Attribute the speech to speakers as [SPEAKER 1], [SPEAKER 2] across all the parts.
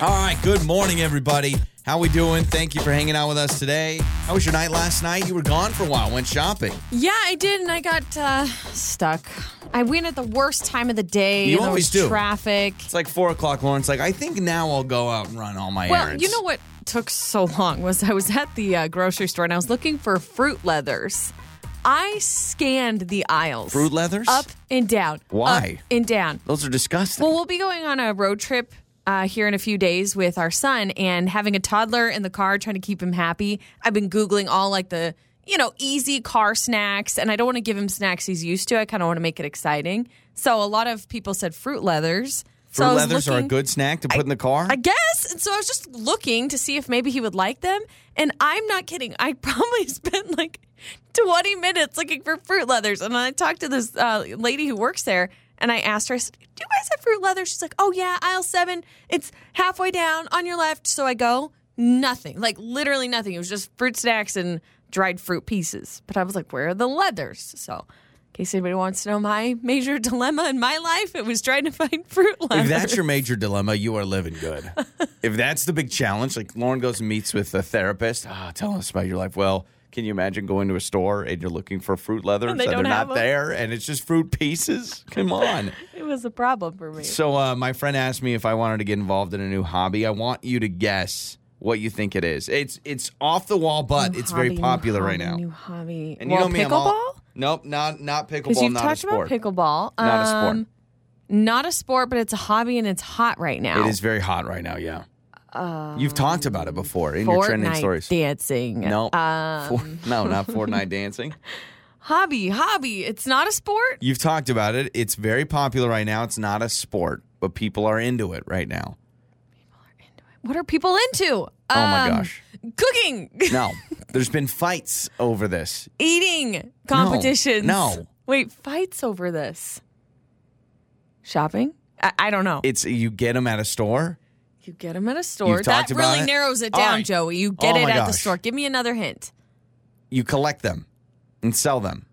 [SPEAKER 1] All right, good morning, everybody. How we doing? Thank you for hanging out with us today. How was your night last night? You were gone for a while. Went shopping.
[SPEAKER 2] Yeah, I did, and I got uh, stuck. I went at the worst time of the day.
[SPEAKER 1] You
[SPEAKER 2] and there
[SPEAKER 1] always
[SPEAKER 2] was
[SPEAKER 1] do.
[SPEAKER 2] Traffic.
[SPEAKER 1] It's like four o'clock. Lawrence, like I think now I'll go out and run all my
[SPEAKER 2] Well,
[SPEAKER 1] errands.
[SPEAKER 2] you know what took so long was I was at the uh, grocery store and I was looking for fruit leathers. I scanned the aisles.
[SPEAKER 1] Fruit leathers?
[SPEAKER 2] Up and down.
[SPEAKER 1] Why?
[SPEAKER 2] Up and down.
[SPEAKER 1] Those are disgusting.
[SPEAKER 2] Well, we'll be going on a road trip uh, here in a few days with our son, and having a toddler in the car, trying to keep him happy. I've been Googling all like the you know easy car snacks, and I don't want to give him snacks he's used to. I kind of want to make it exciting. So a lot of people said fruit leathers. so I
[SPEAKER 1] Fruit
[SPEAKER 2] was
[SPEAKER 1] leathers are a
[SPEAKER 2] looking-
[SPEAKER 1] good snack to put in the car.
[SPEAKER 2] I guess. And so I was just looking to see if maybe he would like them. And I'm not kidding. I probably spent like 20 minutes looking for fruit leathers. And I talked to this uh, lady who works there and I asked her, I said, Do you guys have fruit leathers? She's like, Oh, yeah, aisle seven. It's halfway down on your left. So I go, Nothing. Like literally nothing. It was just fruit snacks and dried fruit pieces. But I was like, Where are the leathers? So. In case anybody wants to know my major dilemma in my life, it was trying to find fruit
[SPEAKER 1] if
[SPEAKER 2] leathers.
[SPEAKER 1] that's your major dilemma, you are living good. if that's the big challenge, like Lauren goes and meets with a therapist, ah, tell us about your life. Well, can you imagine going to a store and you're looking for fruit leathers
[SPEAKER 2] they
[SPEAKER 1] are
[SPEAKER 2] don't
[SPEAKER 1] not
[SPEAKER 2] have 'em.
[SPEAKER 1] there and it's just fruit pieces? Come on.
[SPEAKER 2] It was a problem for me.
[SPEAKER 1] So uh, my friend asked me if I wanted to get involved in a new hobby. I want you to guess what you think it is. It's it's off the wall, but it's very popular right now.
[SPEAKER 2] New hobby.
[SPEAKER 1] And
[SPEAKER 2] well,
[SPEAKER 1] you know me, I'm
[SPEAKER 2] pickleball?
[SPEAKER 1] all nope, not not
[SPEAKER 2] Because
[SPEAKER 1] pickleball.
[SPEAKER 2] you've
[SPEAKER 1] Not a
[SPEAKER 2] talked about
[SPEAKER 1] sport.
[SPEAKER 2] pickleball.
[SPEAKER 1] Not a sport.
[SPEAKER 2] Um, Not a sport, but it's a hobby and it's hot right now.
[SPEAKER 1] It is very hot right now. Yeah, you've talked about it before in your trending
[SPEAKER 2] Fortnite
[SPEAKER 1] stories.
[SPEAKER 2] dancing.
[SPEAKER 1] no,
[SPEAKER 2] Um,
[SPEAKER 1] For- no, not Fortnite dancing.
[SPEAKER 2] hobby, hobby. It's not a sport.
[SPEAKER 1] You've talked about it. It's very popular right now. It's not a sport, but people are into it right now.
[SPEAKER 2] What are people into?
[SPEAKER 1] Oh my
[SPEAKER 2] Um,
[SPEAKER 1] gosh!
[SPEAKER 2] Cooking,
[SPEAKER 1] No, there's been fights over this.
[SPEAKER 2] eating competitions.
[SPEAKER 1] no.
[SPEAKER 2] Wait, fights over this. Shopping? I, I don't know.
[SPEAKER 1] It's you get them at a store.
[SPEAKER 2] You get them at a store.
[SPEAKER 1] talked
[SPEAKER 2] That
[SPEAKER 1] about
[SPEAKER 2] really
[SPEAKER 1] it.
[SPEAKER 2] narrows it
[SPEAKER 1] All
[SPEAKER 2] down,
[SPEAKER 1] right.
[SPEAKER 2] Joey. You get
[SPEAKER 1] Oh
[SPEAKER 2] it
[SPEAKER 1] my
[SPEAKER 2] at the
[SPEAKER 1] gosh.
[SPEAKER 2] store. Give me another hint.
[SPEAKER 1] you collect them and sell them.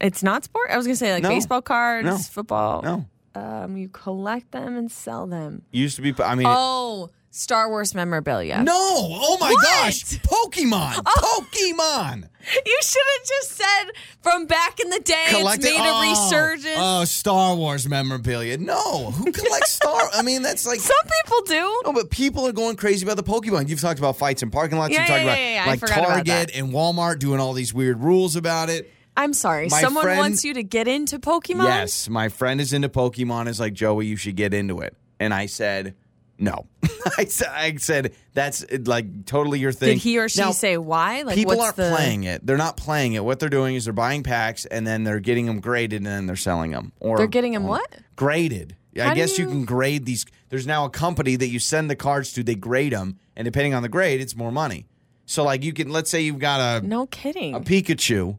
[SPEAKER 2] It's not sport. I was gonna say like
[SPEAKER 1] No.
[SPEAKER 2] baseball cards,
[SPEAKER 1] No.
[SPEAKER 2] football.
[SPEAKER 1] No,
[SPEAKER 2] Um, you collect them and sell them.
[SPEAKER 1] used to be. I mean,
[SPEAKER 2] Oh, Star Wars memorabilia.
[SPEAKER 1] no! Oh my
[SPEAKER 2] What? Oh.
[SPEAKER 1] gosh! Pokemon, Pokemon.
[SPEAKER 2] You should have just said from back in the day.
[SPEAKER 1] Collect
[SPEAKER 2] it's made a resurgence.
[SPEAKER 1] Oh, Star Wars memorabilia. No, who collects Star? I mean, that's like.
[SPEAKER 2] Some people do.
[SPEAKER 1] no, but people are going crazy about the Pokemon. You've talked about fights in parking lots.
[SPEAKER 2] Yeah,
[SPEAKER 1] You've talked
[SPEAKER 2] yeah,
[SPEAKER 1] about
[SPEAKER 2] yeah, yeah. I
[SPEAKER 1] like
[SPEAKER 2] forgot about
[SPEAKER 1] Target and Walmart doing all these weird rules about it.
[SPEAKER 2] I'm sorry.
[SPEAKER 1] My
[SPEAKER 2] Someone
[SPEAKER 1] friend-
[SPEAKER 2] wants you to get into Pokemon.
[SPEAKER 1] Yes, my friend is into Pokemon. Is like Joey, you should get into it. And I said, no. I, said, I said that's like totally your thing.
[SPEAKER 2] Did he or she
[SPEAKER 1] Now,
[SPEAKER 2] say why? Like
[SPEAKER 1] people
[SPEAKER 2] what's
[SPEAKER 1] aren't
[SPEAKER 2] the
[SPEAKER 1] playing it. They're not playing it. What they're doing is they're buying packs and then they're getting them graded and then they're selling them. Or
[SPEAKER 2] They're getting them what?
[SPEAKER 1] graded. I
[SPEAKER 2] How do
[SPEAKER 1] guess you...
[SPEAKER 2] you-
[SPEAKER 1] can grade these. There's now a company that you send the cards to. They grade them, and depending on the grade, it's more money. So like you can let's say you've got a,
[SPEAKER 2] No kidding.
[SPEAKER 1] a Pikachu,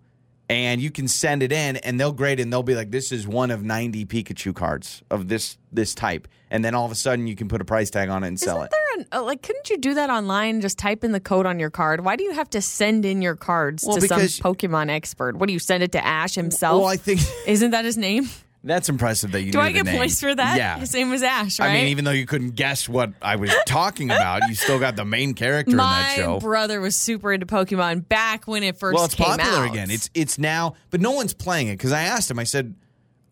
[SPEAKER 1] and you can send it in, and they'll grade it. and They'll be like, this is one of 90 Pikachu cards of this this type, and then all of a sudden you can put a price tag on it and sell it.
[SPEAKER 2] Isn't there an, uh, like couldn't you do that online? Just type in the code on your card. Why do you have to send in your cards
[SPEAKER 1] Well,
[SPEAKER 2] to some
[SPEAKER 1] because-
[SPEAKER 2] Pokemon expert? What do you send it to Ash himself?
[SPEAKER 1] Well, I think
[SPEAKER 2] Isn't that his name?
[SPEAKER 1] that's impressive that you
[SPEAKER 2] Do
[SPEAKER 1] knew
[SPEAKER 2] I
[SPEAKER 1] the
[SPEAKER 2] get
[SPEAKER 1] name.
[SPEAKER 2] points for that?
[SPEAKER 1] Yeah.
[SPEAKER 2] His name was Ash, right?
[SPEAKER 1] I mean, even though you couldn't guess what I was talking about, you still got the main character in that
[SPEAKER 2] my
[SPEAKER 1] show.
[SPEAKER 2] brother was super into Pokemon back when it first
[SPEAKER 1] well, it's
[SPEAKER 2] came
[SPEAKER 1] popular
[SPEAKER 2] out.
[SPEAKER 1] again. It's it's now, but no one's playing it because I asked him. I said,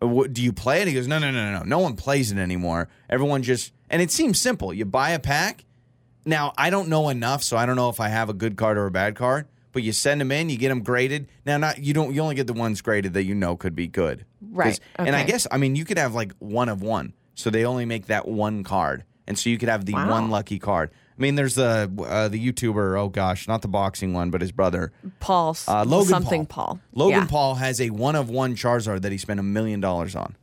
[SPEAKER 1] "Uh, what, "Do you play it?" He goes, "No, no, no, no, no. No one plays it anymore. Everyone just and it seems simple. You buy a pack. Now I don't know enough, so I don't know if I have a good card or a bad card. But you send them in, you get them graded. Now, not you don't. You only get the ones graded that you know could be good, 'Cause-
[SPEAKER 2] Right,
[SPEAKER 1] And I
[SPEAKER 2] okay.
[SPEAKER 1] guess I mean you could have like one of one, so they only make that one card, and so you could have the
[SPEAKER 2] Wow.
[SPEAKER 1] one lucky card. I mean, there's the uh, the YouTuber. Oh gosh, not the boxing one, but his brother.
[SPEAKER 2] Paul
[SPEAKER 1] Uh, Logan
[SPEAKER 2] something
[SPEAKER 1] Paul.
[SPEAKER 2] Paul.
[SPEAKER 1] Logan
[SPEAKER 2] Yeah.
[SPEAKER 1] Paul has a one of one Charizard that he spent a million dollars on.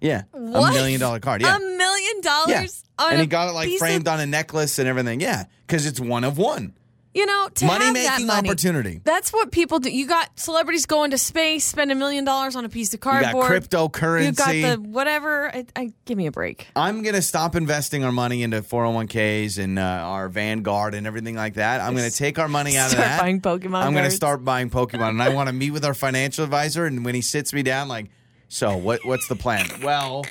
[SPEAKER 1] Yeah,
[SPEAKER 2] What?
[SPEAKER 1] a million dollar card. Yeah,
[SPEAKER 2] A million
[SPEAKER 1] yeah.
[SPEAKER 2] dollars on
[SPEAKER 1] and
[SPEAKER 2] a
[SPEAKER 1] he got it like
[SPEAKER 2] piece
[SPEAKER 1] framed
[SPEAKER 2] of,
[SPEAKER 1] on a necklace and everything. Yeah, because it's one of one.
[SPEAKER 2] you know, to have
[SPEAKER 1] Money-making
[SPEAKER 2] that money.
[SPEAKER 1] opportunity.
[SPEAKER 2] That's what people do. You got celebrities going to space, spend a million dollars on a piece of
[SPEAKER 1] You
[SPEAKER 2] cardboard.
[SPEAKER 1] got cryptocurrency.
[SPEAKER 2] You got the whatever. I, I give me a break.
[SPEAKER 1] I'm gonna stop investing our money into 401ks and uh, our Vanguard and everything like that. I'm gonna take our money out of
[SPEAKER 2] Start
[SPEAKER 1] that.
[SPEAKER 2] buying Pokemon
[SPEAKER 1] I'm gonna
[SPEAKER 2] cards.
[SPEAKER 1] start buying Pokemon, and I want to meet with our financial advisor. And when he sits me down, like, so what? What's the plan? Well,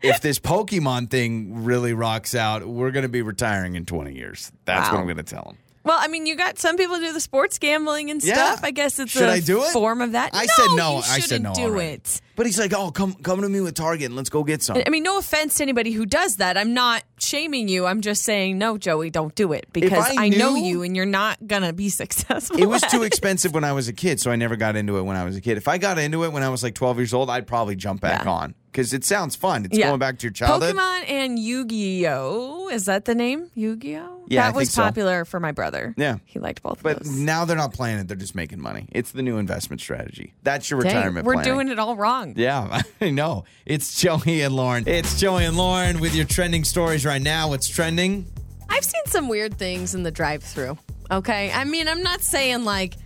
[SPEAKER 1] if this Pokemon thing really rocks out, we're going to be retiring in 20 years. That's what
[SPEAKER 3] Wow.
[SPEAKER 1] I'm going to tell him.
[SPEAKER 3] Well, I mean, you got some people do the sports gambling and
[SPEAKER 1] Yeah.
[SPEAKER 3] stuff. I guess it's
[SPEAKER 1] Should
[SPEAKER 3] a
[SPEAKER 1] I do it?
[SPEAKER 3] form of that.
[SPEAKER 1] I said no.
[SPEAKER 3] You
[SPEAKER 1] I said
[SPEAKER 3] shouldn't
[SPEAKER 1] no
[SPEAKER 3] Do
[SPEAKER 1] already.
[SPEAKER 3] it.
[SPEAKER 1] But he's like, oh, come come to me with Target and let's go get some.
[SPEAKER 3] I mean, no offense to anybody who does that. I'm not shaming you. I'm just saying, no, Joey, don't do it because
[SPEAKER 1] I
[SPEAKER 3] I, know
[SPEAKER 1] knew-
[SPEAKER 3] you and you're not going to be successful.
[SPEAKER 1] It was
[SPEAKER 3] at
[SPEAKER 1] too expensive when I was a kid, so I never got into it when I was a kid. If I got into it when I was like 12 years old, I'd probably jump back
[SPEAKER 3] Yeah.
[SPEAKER 1] on because it sounds fun. It's going back to your childhood.
[SPEAKER 3] Pokemon and Yu Gi Oh! Is that the name? Yu Gi Oh?
[SPEAKER 1] Yeah,
[SPEAKER 3] That
[SPEAKER 1] I
[SPEAKER 3] was
[SPEAKER 1] think so.
[SPEAKER 3] popular for my brother.
[SPEAKER 1] Yeah.
[SPEAKER 3] He liked both
[SPEAKER 1] But
[SPEAKER 3] of those.
[SPEAKER 1] now they're not playing it; they're just making money. It's the new investment strategy. That's your
[SPEAKER 3] Dang,
[SPEAKER 1] retirement.
[SPEAKER 3] we're
[SPEAKER 1] planning.
[SPEAKER 3] doing it all wrong.
[SPEAKER 1] Yeah, I know. It's Joey and Lauren. It's Joey and Lauren with your trending stories right now. What's trending?
[SPEAKER 2] I've seen some weird things in the drive through. Okay. I mean, I'm not saying like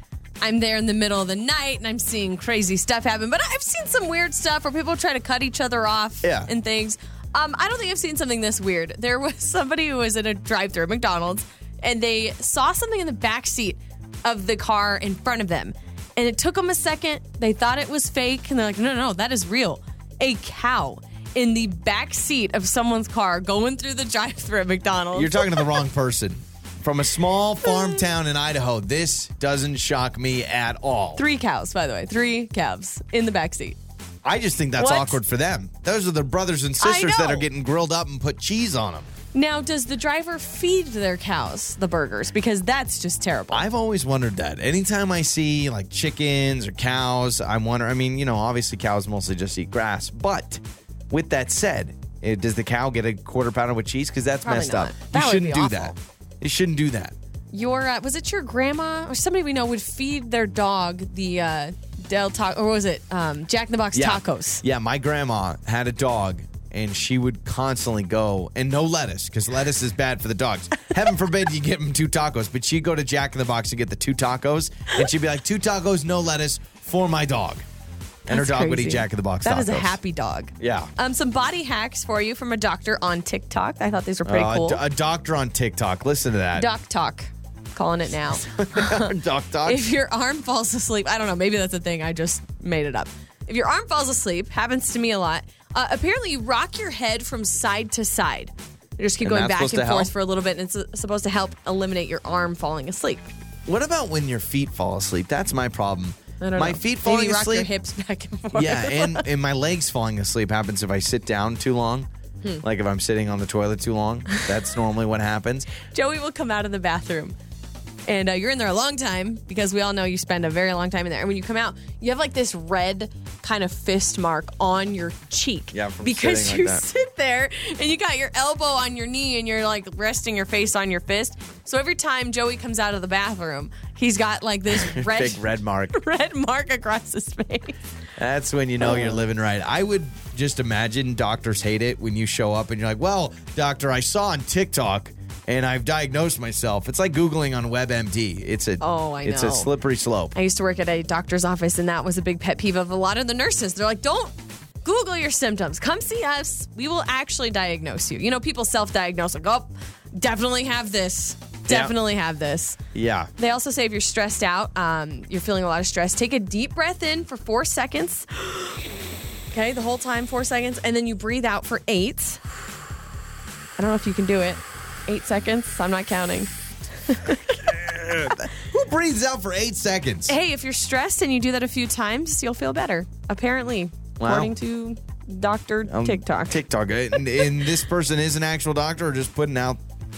[SPEAKER 2] I'm there in the middle of the night and I'm seeing crazy stuff happen, but I've seen some weird stuff where people try to cut each other off
[SPEAKER 1] Yeah.
[SPEAKER 2] and things. Um, I don't think I've seen something this weird. There was somebody who was in a drive through at McDonald's and they saw something in the back seat of the car in front of them. And it took them a second. They thought it was fake and they're like, no, no, no, that is real. A cow in the back seat of someone's car going through the drive through at McDonald's.
[SPEAKER 1] You're talking to the wrong person. From a small farm town in Idaho, this doesn't shock me at all.
[SPEAKER 2] Three cows, by the way. Three calves in the backseat.
[SPEAKER 1] I just think that's
[SPEAKER 2] What?
[SPEAKER 1] awkward for them. Those are the brothers and sisters that
[SPEAKER 2] know.
[SPEAKER 1] are getting grilled up and put cheese on them.
[SPEAKER 2] Now, does the driver feed their cows the burgers? Because that's just terrible.
[SPEAKER 1] I've always wondered that. Anytime I see like chickens or cows, I'm wondering. I mean, you know, obviously cows mostly just eat grass. But with that said, eh, does the cow get a quarter pounder with cheese? Because that's
[SPEAKER 2] Probably
[SPEAKER 1] messed
[SPEAKER 2] not.
[SPEAKER 1] up.
[SPEAKER 2] That
[SPEAKER 1] you
[SPEAKER 2] would
[SPEAKER 1] shouldn't
[SPEAKER 2] be
[SPEAKER 1] do
[SPEAKER 2] awful.
[SPEAKER 1] that. You shouldn't do that.
[SPEAKER 2] Your uh, was it your grandma or somebody we know would feed their dog the uh, Del Taco or was it um, Jack in the Box tacos?
[SPEAKER 1] Yeah, my grandma had a dog and she would constantly go and no lettuce because lettuce is bad for the dogs. Heaven forbid you give them two tacos, but she'd go to Jack in the Box and get the two tacos and she'd be like, two tacos, no lettuce for my dog. And her
[SPEAKER 2] That's
[SPEAKER 1] dog would eat
[SPEAKER 2] crazy.
[SPEAKER 1] Jack in the Box
[SPEAKER 2] That
[SPEAKER 1] tacos.
[SPEAKER 2] is a happy dog.
[SPEAKER 1] Yeah.
[SPEAKER 2] Um, some body hacks for you from a doctor on TikTok. I thought these were pretty
[SPEAKER 1] Uh,
[SPEAKER 2] cool.
[SPEAKER 1] d- a doctor on TikTok. Listen to that.
[SPEAKER 2] Doc talk, calling it now.
[SPEAKER 1] Doc, doc.
[SPEAKER 2] if your arm falls asleep, I don't know, maybe that's a thing. I just made it up. If your arm falls asleep, happens to me a lot. Uh, apparently, you rock your head from side to side. You just keep
[SPEAKER 1] And
[SPEAKER 2] going
[SPEAKER 1] that's
[SPEAKER 2] back and
[SPEAKER 1] supposed to
[SPEAKER 2] forth
[SPEAKER 1] help?
[SPEAKER 2] for a little bit, and it's uh, supposed to help eliminate your arm falling asleep.
[SPEAKER 1] What about when your feet fall asleep? That's my problem.
[SPEAKER 2] I don't
[SPEAKER 1] my
[SPEAKER 2] know.
[SPEAKER 1] feet falling
[SPEAKER 2] Maybe rock
[SPEAKER 1] asleep.
[SPEAKER 2] your hips back and forth.
[SPEAKER 1] Yeah, and, and my legs falling asleep happens if I sit down too long.
[SPEAKER 2] Hmm.
[SPEAKER 1] Like if I'm sitting on the toilet too long, that's normally what happens.
[SPEAKER 2] Joey will come out of the bathroom. And uh, you're in there a long time because we all know you spend a very long time in there. And when you come out, you have like this red kind of fist mark on your cheek.
[SPEAKER 1] Yeah, from
[SPEAKER 2] because
[SPEAKER 1] sitting
[SPEAKER 2] you
[SPEAKER 1] like that.
[SPEAKER 2] sit there and you got your elbow on your knee and you're like resting your face on your fist. So every time Joey comes out of the bathroom, he's got like this red
[SPEAKER 1] Big red mark.
[SPEAKER 2] red mark across his face.
[SPEAKER 1] That's when you know
[SPEAKER 2] Oh.
[SPEAKER 1] you're living right. I would just imagine doctors hate it when you show up and you're like, well, doctor, I saw on TikTok and I've diagnosed myself. It's like Googling on WebMD. It's a
[SPEAKER 2] Oh, I
[SPEAKER 1] it's a
[SPEAKER 2] know.
[SPEAKER 1] slippery slope.
[SPEAKER 2] I used to work at a doctor's office, and that was a big pet peeve of a lot of the nurses. They're like, don't Google your symptoms. Come see us. We will actually diagnose you. You know, people self diagnose, like, oh, definitely have this. Definitely have this.
[SPEAKER 1] Yeah.
[SPEAKER 2] They also say if you're stressed out, um, you're feeling a lot of stress, take a deep breath in for four seconds. okay, the whole time, four seconds. And then you breathe out for eight. I don't know if you can do it. Eight seconds. I'm not counting.
[SPEAKER 1] Who breathes out for eight seconds?
[SPEAKER 2] hey, if you're stressed and you do that a few times, you'll feel better. Apparently,
[SPEAKER 1] Wow. Um,
[SPEAKER 2] according to Doctor TikTok.
[SPEAKER 1] TikTok. And, and this person is an actual doctor or just putting out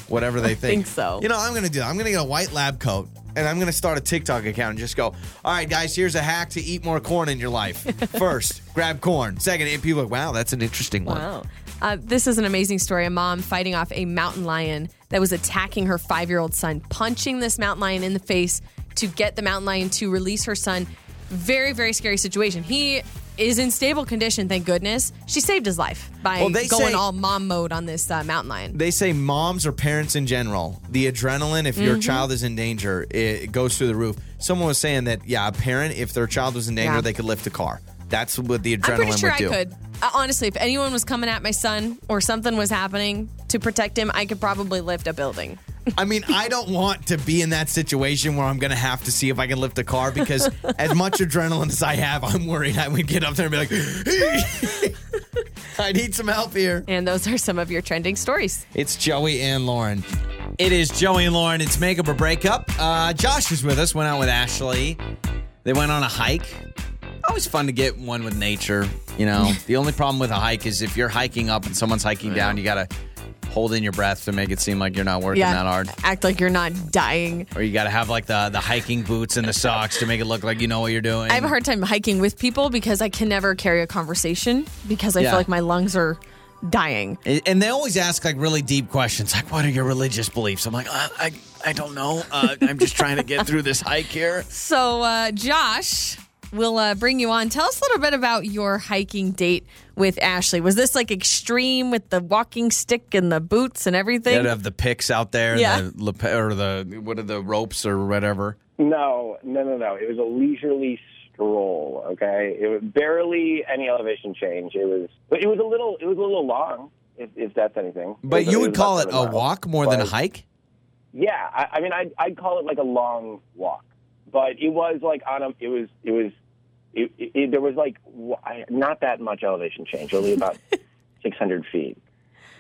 [SPEAKER 1] whatever they think.
[SPEAKER 2] think so.
[SPEAKER 1] You know, I'm going to do that. I'm going to get a white lab coat and I'm going to start a TikTok account and just go, all right, guys, here's a hack to eat more corn in your life. First, grab corn. Second, and people are like, wow, that's an interesting one.
[SPEAKER 2] Wow. Uh, this is an amazing story. A mom fighting off a mountain lion that was attacking her five year old son, punching this mountain lion in the face to get the mountain lion to release her son. Very, very scary situation. He is in stable condition, thank goodness. She saved his life by
[SPEAKER 1] Well, they
[SPEAKER 2] going
[SPEAKER 1] say-
[SPEAKER 2] all mom mode on this uh, mountain lion.
[SPEAKER 1] They say moms or parents in general, the adrenaline, if
[SPEAKER 2] Mm-hmm.
[SPEAKER 1] your child is in danger, it goes through the roof. Someone was saying that, yeah, a parent, if their child was in danger,
[SPEAKER 2] Yeah.
[SPEAKER 1] they could lift a car. That's what the adrenaline
[SPEAKER 2] I'm pretty sure
[SPEAKER 1] would
[SPEAKER 2] I
[SPEAKER 1] do.
[SPEAKER 2] could. Uh, honestly, if anyone was coming at my son or something was happening to protect him, I could probably lift a building.
[SPEAKER 1] I mean, I don't want to be in that situation where I'm going to have to see if I can lift a car because, as much adrenaline as I have, I'm worried I would get up there and be like, I need some help here.
[SPEAKER 2] And those are some of your trending stories.
[SPEAKER 1] It's Joey and Lauren. It is Joey and Lauren. It's makeup or breakup. Uh, Josh is with us. Went out with Ashley. They went on a hike. Always fun to get one with nature. You know, the only problem with a hike is if you're hiking up and someone's hiking down, you got to hold in your breath to make it seem like you're not working that hard.
[SPEAKER 2] Act like you're not dying.
[SPEAKER 1] Or you got to have like the the hiking boots and the socks to make it look like you know what you're doing.
[SPEAKER 2] I have a hard time hiking with people because I can never carry a conversation because I
[SPEAKER 1] Yeah.
[SPEAKER 2] feel like my lungs are dying.
[SPEAKER 1] And they always ask like really deep questions, like "What are your religious beliefs?" I'm like, uh, I I don't know. Uh, I'm just trying to get through this hike here.
[SPEAKER 2] So, uh, Josh, we'll uh, bring you on. Tell us a little bit about your hiking date with Ashley. Was this like extreme with the walking stick and the boots and everything?
[SPEAKER 1] They'd have the picks out there,
[SPEAKER 2] Yeah.
[SPEAKER 1] the lip- or the what are the ropes or whatever.
[SPEAKER 4] No, no, no, no. It was a leisurely stroll. Okay, it was barely any elevation change. It was, but it was a little, it was a little long, if, if that's anything.
[SPEAKER 1] But
[SPEAKER 4] was-
[SPEAKER 1] you
[SPEAKER 4] was
[SPEAKER 1] would
[SPEAKER 4] about
[SPEAKER 1] call it
[SPEAKER 4] seven
[SPEAKER 1] a
[SPEAKER 4] miles.
[SPEAKER 1] walk more than a
[SPEAKER 4] But-
[SPEAKER 1] hike.
[SPEAKER 4] Yeah, I, I mean, I'd, I'd call it like a long walk, but it was like on a, it was, it was, it, it, it- there was like w- I- not that much elevation change, only about six hundred feet.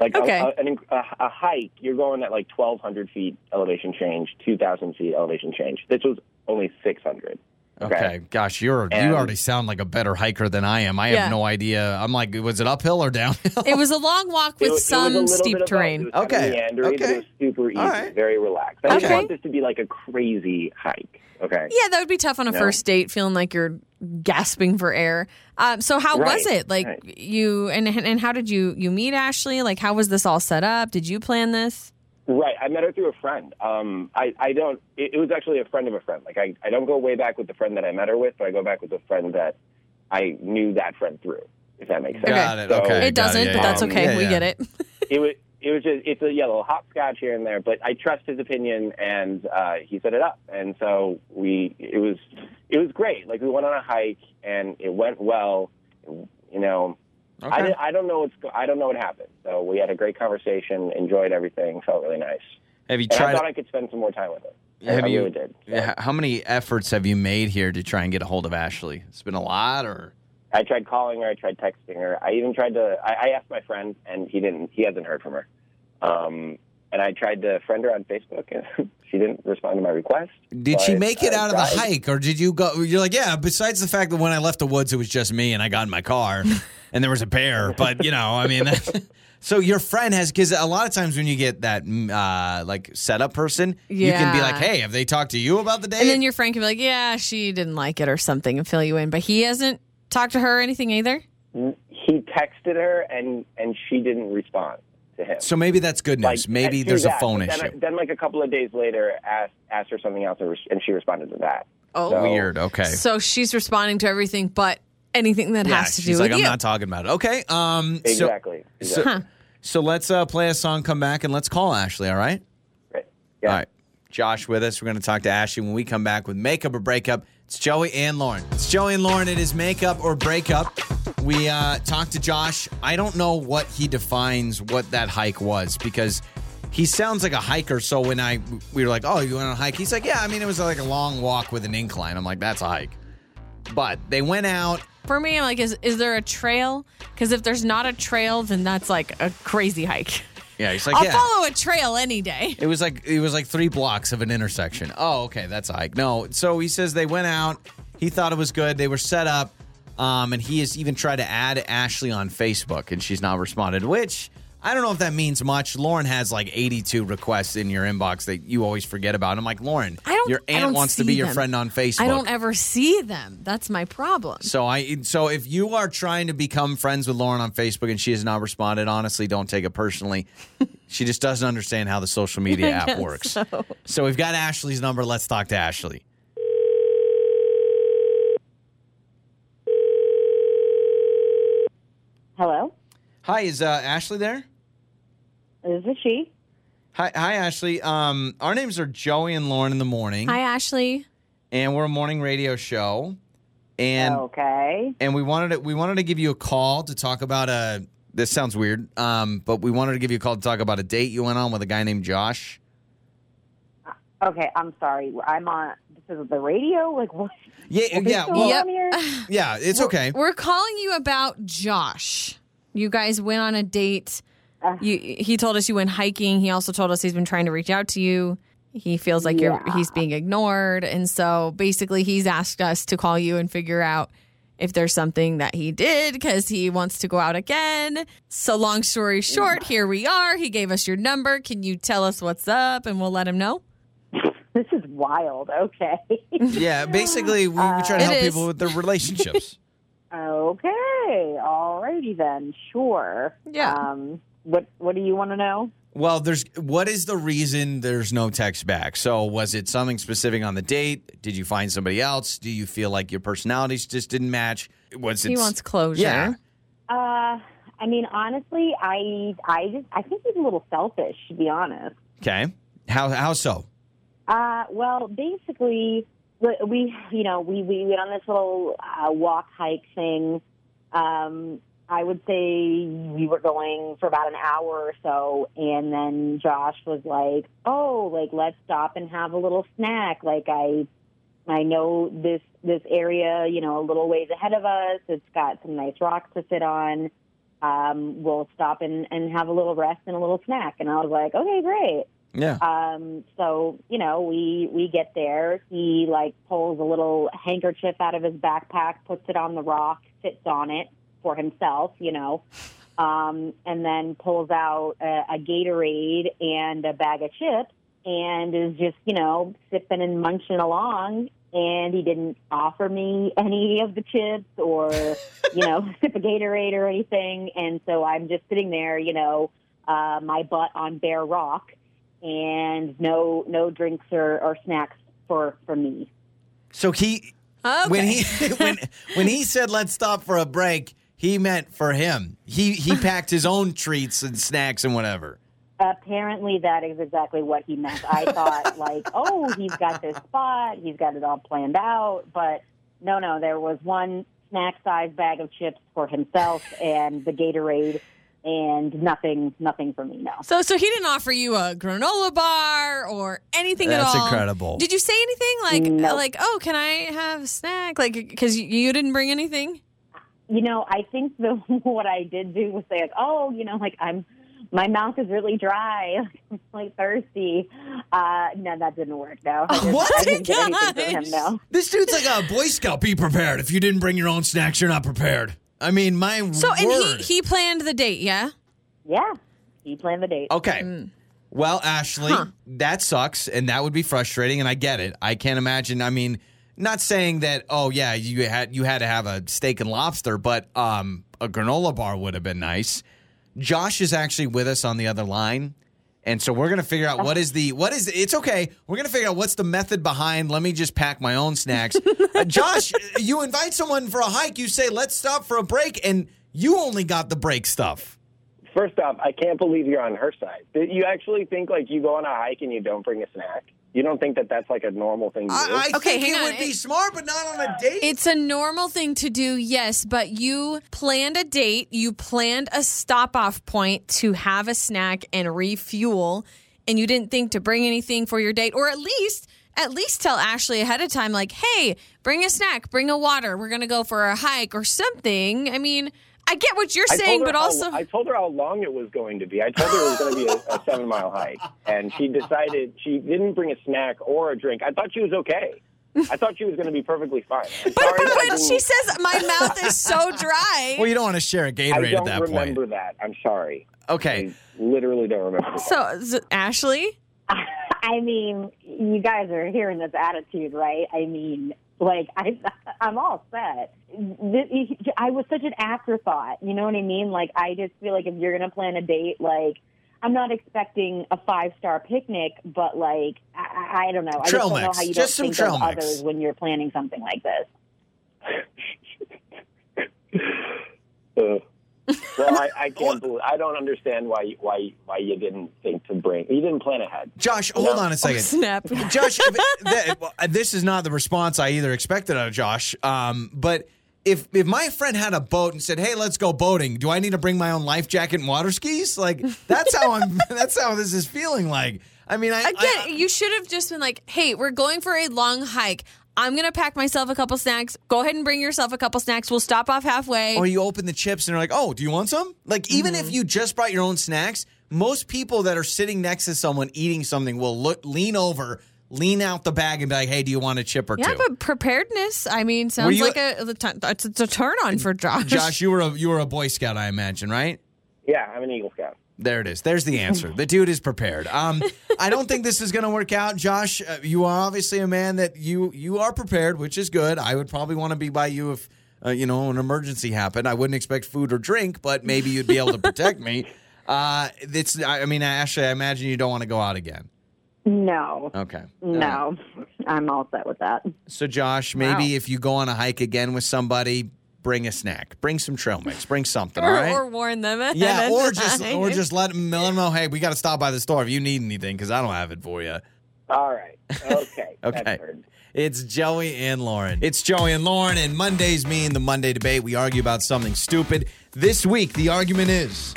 [SPEAKER 4] Like a-
[SPEAKER 2] Okay.
[SPEAKER 4] a, an, inc- a, a hike, you're going at like twelve hundred feet elevation change, two thousand feet elevation change. This was only six hundred.
[SPEAKER 1] Okay. gosh, you're
[SPEAKER 4] And-
[SPEAKER 1] you already sound like a better hiker than I am. I
[SPEAKER 2] Yeah.
[SPEAKER 1] have no idea. I'm like, was it uphill or downhill?
[SPEAKER 2] it was a long walk
[SPEAKER 4] It
[SPEAKER 2] with
[SPEAKER 4] was- it was a
[SPEAKER 2] some
[SPEAKER 4] little bit
[SPEAKER 2] steep
[SPEAKER 4] of both.
[SPEAKER 2] terrain.
[SPEAKER 4] It was kind of
[SPEAKER 1] Okay.
[SPEAKER 4] meandering, but
[SPEAKER 1] Okay.
[SPEAKER 4] It was super easy,
[SPEAKER 1] All right.
[SPEAKER 4] very relaxed. I just
[SPEAKER 2] Okay.
[SPEAKER 4] want this to be like a crazy hike. Okay.
[SPEAKER 2] Yeah, that would be tough on a
[SPEAKER 4] No.
[SPEAKER 2] first date, feeling like you're gasping for air. Um, so how was
[SPEAKER 4] Right,
[SPEAKER 2] it? Like
[SPEAKER 4] right.
[SPEAKER 2] you and and how did you you meet Ashley? Like how was this all set up? Did you plan this?
[SPEAKER 4] Right. I met her through a friend. Um, I, I don't. It, it was actually a friend of a friend. Like I, I don't go way back with the friend that I met her with, but I go back with the friend that I knew that friend through. If that makes sense.
[SPEAKER 1] Got it.
[SPEAKER 4] So-
[SPEAKER 1] Okay. I
[SPEAKER 2] it
[SPEAKER 1] got it.
[SPEAKER 2] doesn't,
[SPEAKER 1] Yeah,
[SPEAKER 2] but
[SPEAKER 1] yeah,
[SPEAKER 2] that's
[SPEAKER 4] yeah.
[SPEAKER 2] okay.
[SPEAKER 1] Yeah,
[SPEAKER 2] we
[SPEAKER 1] yeah.
[SPEAKER 2] get it.
[SPEAKER 4] it was it was just it's a yeah, little hopscotch here and there, but I trust his opinion and uh, he set it up, and so we it was it was great. Like we went on a hike and it went well. You know, I,
[SPEAKER 1] Okay.
[SPEAKER 4] did, I don't know what's go- I don't know what happened. So we had a great conversation, enjoyed everything, felt really nice,
[SPEAKER 1] Have you
[SPEAKER 4] and I
[SPEAKER 1] tried?
[SPEAKER 4] thought I could spend some more time with her.
[SPEAKER 1] Have
[SPEAKER 4] I
[SPEAKER 1] you-
[SPEAKER 4] really did. So
[SPEAKER 1] h- How many efforts have you made here to try and get a hold of Ashley? It's been a lot, or
[SPEAKER 4] I tried calling her, I tried texting her, I even tried to. I, I asked my friend, and he didn't. He hasn't heard from her. Um, and I tried to friend her on Facebook, and she didn't respond to my request.
[SPEAKER 1] Did she
[SPEAKER 4] but
[SPEAKER 1] make it
[SPEAKER 4] I
[SPEAKER 1] out of the
[SPEAKER 4] tried.
[SPEAKER 1] hike, or did you go? You're like, yeah. Besides the fact that when I left the woods, it was just me, and I got in my car, and there was a bear. But you know, I mean, that, so your friend has because a lot of times when you get that mm, uh, like setup person, you can be
[SPEAKER 2] Yeah.
[SPEAKER 1] like, hey, have they talked to you about the date?
[SPEAKER 2] and then your friend can be like, "Yeah, she didn't like it or something," and fill you in. But he hasn't talked to her or anything either.
[SPEAKER 4] He texted her, and and she didn't respond to him.
[SPEAKER 1] so maybe that's good news.
[SPEAKER 4] Like,
[SPEAKER 1] maybe
[SPEAKER 4] through
[SPEAKER 1] there's a
[SPEAKER 4] that,
[SPEAKER 1] phone
[SPEAKER 4] but then,
[SPEAKER 1] issue.
[SPEAKER 4] I- then, like a couple of days later, asked asked her something else, and res- and she responded to that.
[SPEAKER 2] Oh.
[SPEAKER 4] So-
[SPEAKER 1] Weird. Okay.
[SPEAKER 2] So she's responding to everything, but anything that
[SPEAKER 1] yeah,
[SPEAKER 2] has to do
[SPEAKER 1] she's
[SPEAKER 2] with
[SPEAKER 1] like, I'm
[SPEAKER 2] you.
[SPEAKER 1] not talking about it. Okay. Um. So,
[SPEAKER 4] Exactly.
[SPEAKER 1] so,
[SPEAKER 4] Exactly.
[SPEAKER 1] so let's uh, play a song, come back, and let's call Ashley. All right.
[SPEAKER 4] Right. Yeah.
[SPEAKER 1] All right. Josh with us. We're going to talk to Ashley when we come back with Makeup or Breakup. It's Joey and Lauren. It's Joey and Lauren. It is Makeup or Breakup. We uh, talked to Josh. I don't know what he defines what that hike was because he sounds like a hiker. So when I we were like, oh, you went on a hike? He's like, yeah, I mean, it was like a long walk with an incline. I'm like, that's a hike. But they went out.
[SPEAKER 2] For me, I'm like, is is there a trail? Because if there's not a trail, then that's like a crazy hike.
[SPEAKER 1] Yeah, he's like,
[SPEAKER 2] I'll
[SPEAKER 1] yeah.
[SPEAKER 2] follow a trail any day.
[SPEAKER 1] It was like it was like three blocks of an intersection. Oh, okay, that's a hike. No, so he says they went out. He thought it was good. They were set up, um, and he has even tried to add Ashley on Facebook, and she's not responded. Which I don't know if that means much. Lauren has like eighty-two requests in your inbox that you always forget about. I'm like, Lauren,
[SPEAKER 2] I don't.
[SPEAKER 1] your
[SPEAKER 2] I
[SPEAKER 1] aunt
[SPEAKER 2] don't
[SPEAKER 1] wants to
[SPEAKER 2] see
[SPEAKER 1] be your
[SPEAKER 2] them.
[SPEAKER 1] friend on Facebook.
[SPEAKER 2] I don't ever see them. That's my problem.
[SPEAKER 1] So I so if you are trying to become friends with Lauren on Facebook and she has not responded, honestly, don't take it personally. she just doesn't understand how the social media app works. So. we've got Ashley's number. Let's talk to Ashley.
[SPEAKER 5] Hello,
[SPEAKER 1] Hi, is uh, Ashley there?
[SPEAKER 5] this is she.
[SPEAKER 1] Hi, hi, Ashley. Um, our names are Joey and Lauren in the morning,
[SPEAKER 2] Hi, Ashley.
[SPEAKER 1] and we're a morning radio show.
[SPEAKER 5] Oh,
[SPEAKER 1] And
[SPEAKER 5] okay.
[SPEAKER 1] and we wanted to, we wanted to give you a call to talk about a. This sounds weird, um, but we wanted to give you a call to talk about a date you went on with a guy named Josh.
[SPEAKER 5] Okay, I'm sorry. I'm on. This is the radio. Like what?
[SPEAKER 1] Yeah,
[SPEAKER 5] Are they
[SPEAKER 1] yeah,
[SPEAKER 5] still
[SPEAKER 1] well,
[SPEAKER 5] on here?
[SPEAKER 1] yeah. It's okay.
[SPEAKER 2] We're calling you about Josh. You guys went on a date. You, he told us you went hiking. He also told us he's been trying to reach out to you. He feels like you're he's being ignored, and so basically he's asked us to call you and figure out if there's something that he did because he wants to go out again. So long story short, here we are. He gave us your number. Can you tell us what's up, and we'll let him know.
[SPEAKER 5] This is wild. Okay.
[SPEAKER 1] Yeah, basically, we, we try to
[SPEAKER 2] Uh, It
[SPEAKER 1] help
[SPEAKER 2] is.
[SPEAKER 1] people with their relationships.
[SPEAKER 5] okay. Alrighty then. Sure.
[SPEAKER 2] Yeah.
[SPEAKER 5] Um. What What do you want to know?
[SPEAKER 1] well, there's what is the reason there's no text back? So, was it something specific on the date? Did you find somebody else? Do you feel like your personalities just didn't match? Was it
[SPEAKER 2] He wants closure.
[SPEAKER 1] Yeah.
[SPEAKER 5] Uh. I mean, honestly, I I just I think he's a little selfish, to be honest.
[SPEAKER 1] okay? How how so?
[SPEAKER 5] Uh, well, basically, we- we you know we we went on this little uh, walk hike thing. Um, I would say we were going for about an hour or so, and then Josh was like, "Oh, like let's stop and have a little snack." Like I, I know this this area, you know, a little ways ahead of us. It's got some nice rocks to sit on. Um, we'll stop and, and have a little rest and a little snack. And I was like, okay, great.
[SPEAKER 1] Yeah.
[SPEAKER 5] Um, so you know, we we get there. He like pulls a little handkerchief out of his backpack, puts it on the rock, sits on it for himself, you know, um, and then pulls out a, a Gatorade and a bag of chips, and is just you know sipping and munching along. And he didn't offer me any of the chips or, you know, sip a Gatorade or anything. And so I'm just sitting there, you know, uh, my butt on bare rock and no no drinks or, or snacks for for me.
[SPEAKER 1] So he
[SPEAKER 2] Okay.
[SPEAKER 1] when he when when he said let's stop for a break, he meant for him. He he packed his own treats and snacks and whatever.
[SPEAKER 5] Apparently, that is exactly what he meant. I thought like, oh, he's got this spot, he's got it all planned out, but no, no, there was one snack-sized bag of chips for himself and the Gatorade, and nothing, nothing for me. No.
[SPEAKER 2] So, so he didn't offer you a granola bar or anything
[SPEAKER 1] That's
[SPEAKER 2] at all.
[SPEAKER 1] incredible.
[SPEAKER 2] Did you say anything like,
[SPEAKER 5] No.
[SPEAKER 2] like, oh, can I have a snack? Like, because you didn't bring anything.
[SPEAKER 5] you know, I think the what I did do was say like, oh, you know, like I'm, my mouth is really dry, I'm like thirsty. Uh, no, that didn't work. No, I didn't,
[SPEAKER 1] What?
[SPEAKER 5] I didn't get anything from
[SPEAKER 2] Gosh.
[SPEAKER 5] him. No.
[SPEAKER 1] This dude's like a Boy Scout. Be prepared. If you didn't bring your own snacks, you're not prepared. I mean, my
[SPEAKER 2] So,
[SPEAKER 1] word.
[SPEAKER 2] and he he planned the date, yeah.
[SPEAKER 5] Yeah, he planned the date.
[SPEAKER 1] okay. Well, Ashley, that sucks, and that would be frustrating, and I get it. I can't imagine. I mean, not saying that. Oh yeah, you had you had to have a steak and lobster, but um, a granola bar would have been nice. Josh is actually with us on the other line. And so we're gonna figure out what is the what is it's okay. We're gonna figure out what's the method behind. Let me just pack my own snacks. Uh, Josh, you invite someone for a hike. You say let's stop for a break, and you only got the break stuff.
[SPEAKER 4] First off, I can't believe you're on her side. That You actually think like you go on a hike and you don't bring a snack. You don't think that that's like a normal thing to do.
[SPEAKER 1] I, I
[SPEAKER 2] Okay,
[SPEAKER 1] think
[SPEAKER 2] hang
[SPEAKER 1] it
[SPEAKER 2] on.
[SPEAKER 1] would be
[SPEAKER 2] It-
[SPEAKER 1] smart, but not on a date.
[SPEAKER 2] It's a normal thing to do, yes, but you planned a date, you planned a stop off point to have a snack and refuel, and you didn't think to bring anything for your date, or at least at least tell Ashley ahead of time, like, hey, bring a snack, bring a water, we're gonna go for a hike or something. I mean, I get what you're
[SPEAKER 4] I told
[SPEAKER 2] saying,
[SPEAKER 4] her
[SPEAKER 2] but
[SPEAKER 4] how-
[SPEAKER 2] also
[SPEAKER 4] I told her how long it was going to be. I told her it was going to be a, a seven mile hike, and she decided she didn't bring a snack or a drink. I thought she was okay. I thought she was going to be perfectly fine. I'm
[SPEAKER 2] but,
[SPEAKER 4] sorry
[SPEAKER 2] but
[SPEAKER 4] that I
[SPEAKER 2] when
[SPEAKER 4] didn't-
[SPEAKER 2] she says my mouth is so dry.
[SPEAKER 1] Well, you don't want to share a
[SPEAKER 4] I
[SPEAKER 1] Gatorade at
[SPEAKER 4] don't
[SPEAKER 1] that
[SPEAKER 4] remember
[SPEAKER 1] point.
[SPEAKER 4] that. I'm sorry.
[SPEAKER 1] Okay.
[SPEAKER 4] I literally don't remember. that.
[SPEAKER 2] so z- Ashley?
[SPEAKER 5] I mean, you guys are hearing this attitude, right? I mean, like I, I'm all set. This- I was such an afterthought. You know what I mean? Like I just feel like if you're gonna plan a date, like I'm not expecting a five star picnic, but like I, I- I don't know. I
[SPEAKER 1] Trail
[SPEAKER 5] just don't know
[SPEAKER 1] mix.
[SPEAKER 5] how you
[SPEAKER 1] Just some
[SPEAKER 5] don't think
[SPEAKER 1] trail
[SPEAKER 5] of
[SPEAKER 1] mix.
[SPEAKER 5] others when you're planning something like this.
[SPEAKER 4] Uh, well, I, I can't believe. I don't understand why why why you didn't think to bring. You didn't plan ahead.
[SPEAKER 1] Josh, hold on a second.
[SPEAKER 2] Oh, Snap.
[SPEAKER 1] uh, Josh, if- th- well, this is not the response I either expected out of Josh, um, but if if my friend had a boat and said, "Hey, let's go boating," do I need to bring my own life jacket and water skis? Like that's how I'm. that's how this is feeling. Like I mean, I
[SPEAKER 2] Again,
[SPEAKER 1] I-
[SPEAKER 2] you should have just been like, hey, we're going for a long hike. I'm going to pack myself a couple snacks. Go ahead and bring yourself a couple snacks. We'll stop off halfway.
[SPEAKER 1] or Oh, you open the chips and they're like, "Oh, do you want some?" Like even if you just brought your own snacks, most people that are sitting next to someone eating something will look lean over, lean out the bag, and be like, "Hey, do you want a chip or
[SPEAKER 2] yeah,
[SPEAKER 1] two?
[SPEAKER 2] but preparedness, I mean,
[SPEAKER 1] Were
[SPEAKER 2] sounds
[SPEAKER 1] you-
[SPEAKER 2] like a, it's, it's a turn on for Josh.
[SPEAKER 1] Josh, you were a you were a Boy Scout, I imagine, right?
[SPEAKER 4] Yeah, I'm an Eagle Scout.
[SPEAKER 1] There it is. There's the answer. The dude is prepared. Um, I don't think this is going to work out, Josh. Uh, you are obviously a man that you you are prepared, which is good. I would probably want to be by you if uh, you know an emergency happened. I wouldn't expect food or drink, but maybe you'd be able to protect me. Uh, it's. I I mean, Ashley, I imagine you don't want to go out again.
[SPEAKER 5] No,
[SPEAKER 1] Okay. Uh,
[SPEAKER 5] no, I'm all set with that.
[SPEAKER 1] so, Josh, maybe if you go on a hike again with somebody, bring a snack, bring some trail mix, bring something. all
[SPEAKER 2] or,
[SPEAKER 1] right.
[SPEAKER 2] or warn them. ahead
[SPEAKER 1] Yeah,
[SPEAKER 2] of
[SPEAKER 1] or just
[SPEAKER 2] time.
[SPEAKER 1] or just let them, let 'em know, hey, we got to stop by the store if you need anything because I don't have it for you.
[SPEAKER 4] All right. Okay.
[SPEAKER 1] Okay.
[SPEAKER 4] That's heard.
[SPEAKER 1] It's Joey and Lauren. It's Joey and Lauren, and Mondays mean the Monday debate. We argue about something stupid. This week, the argument is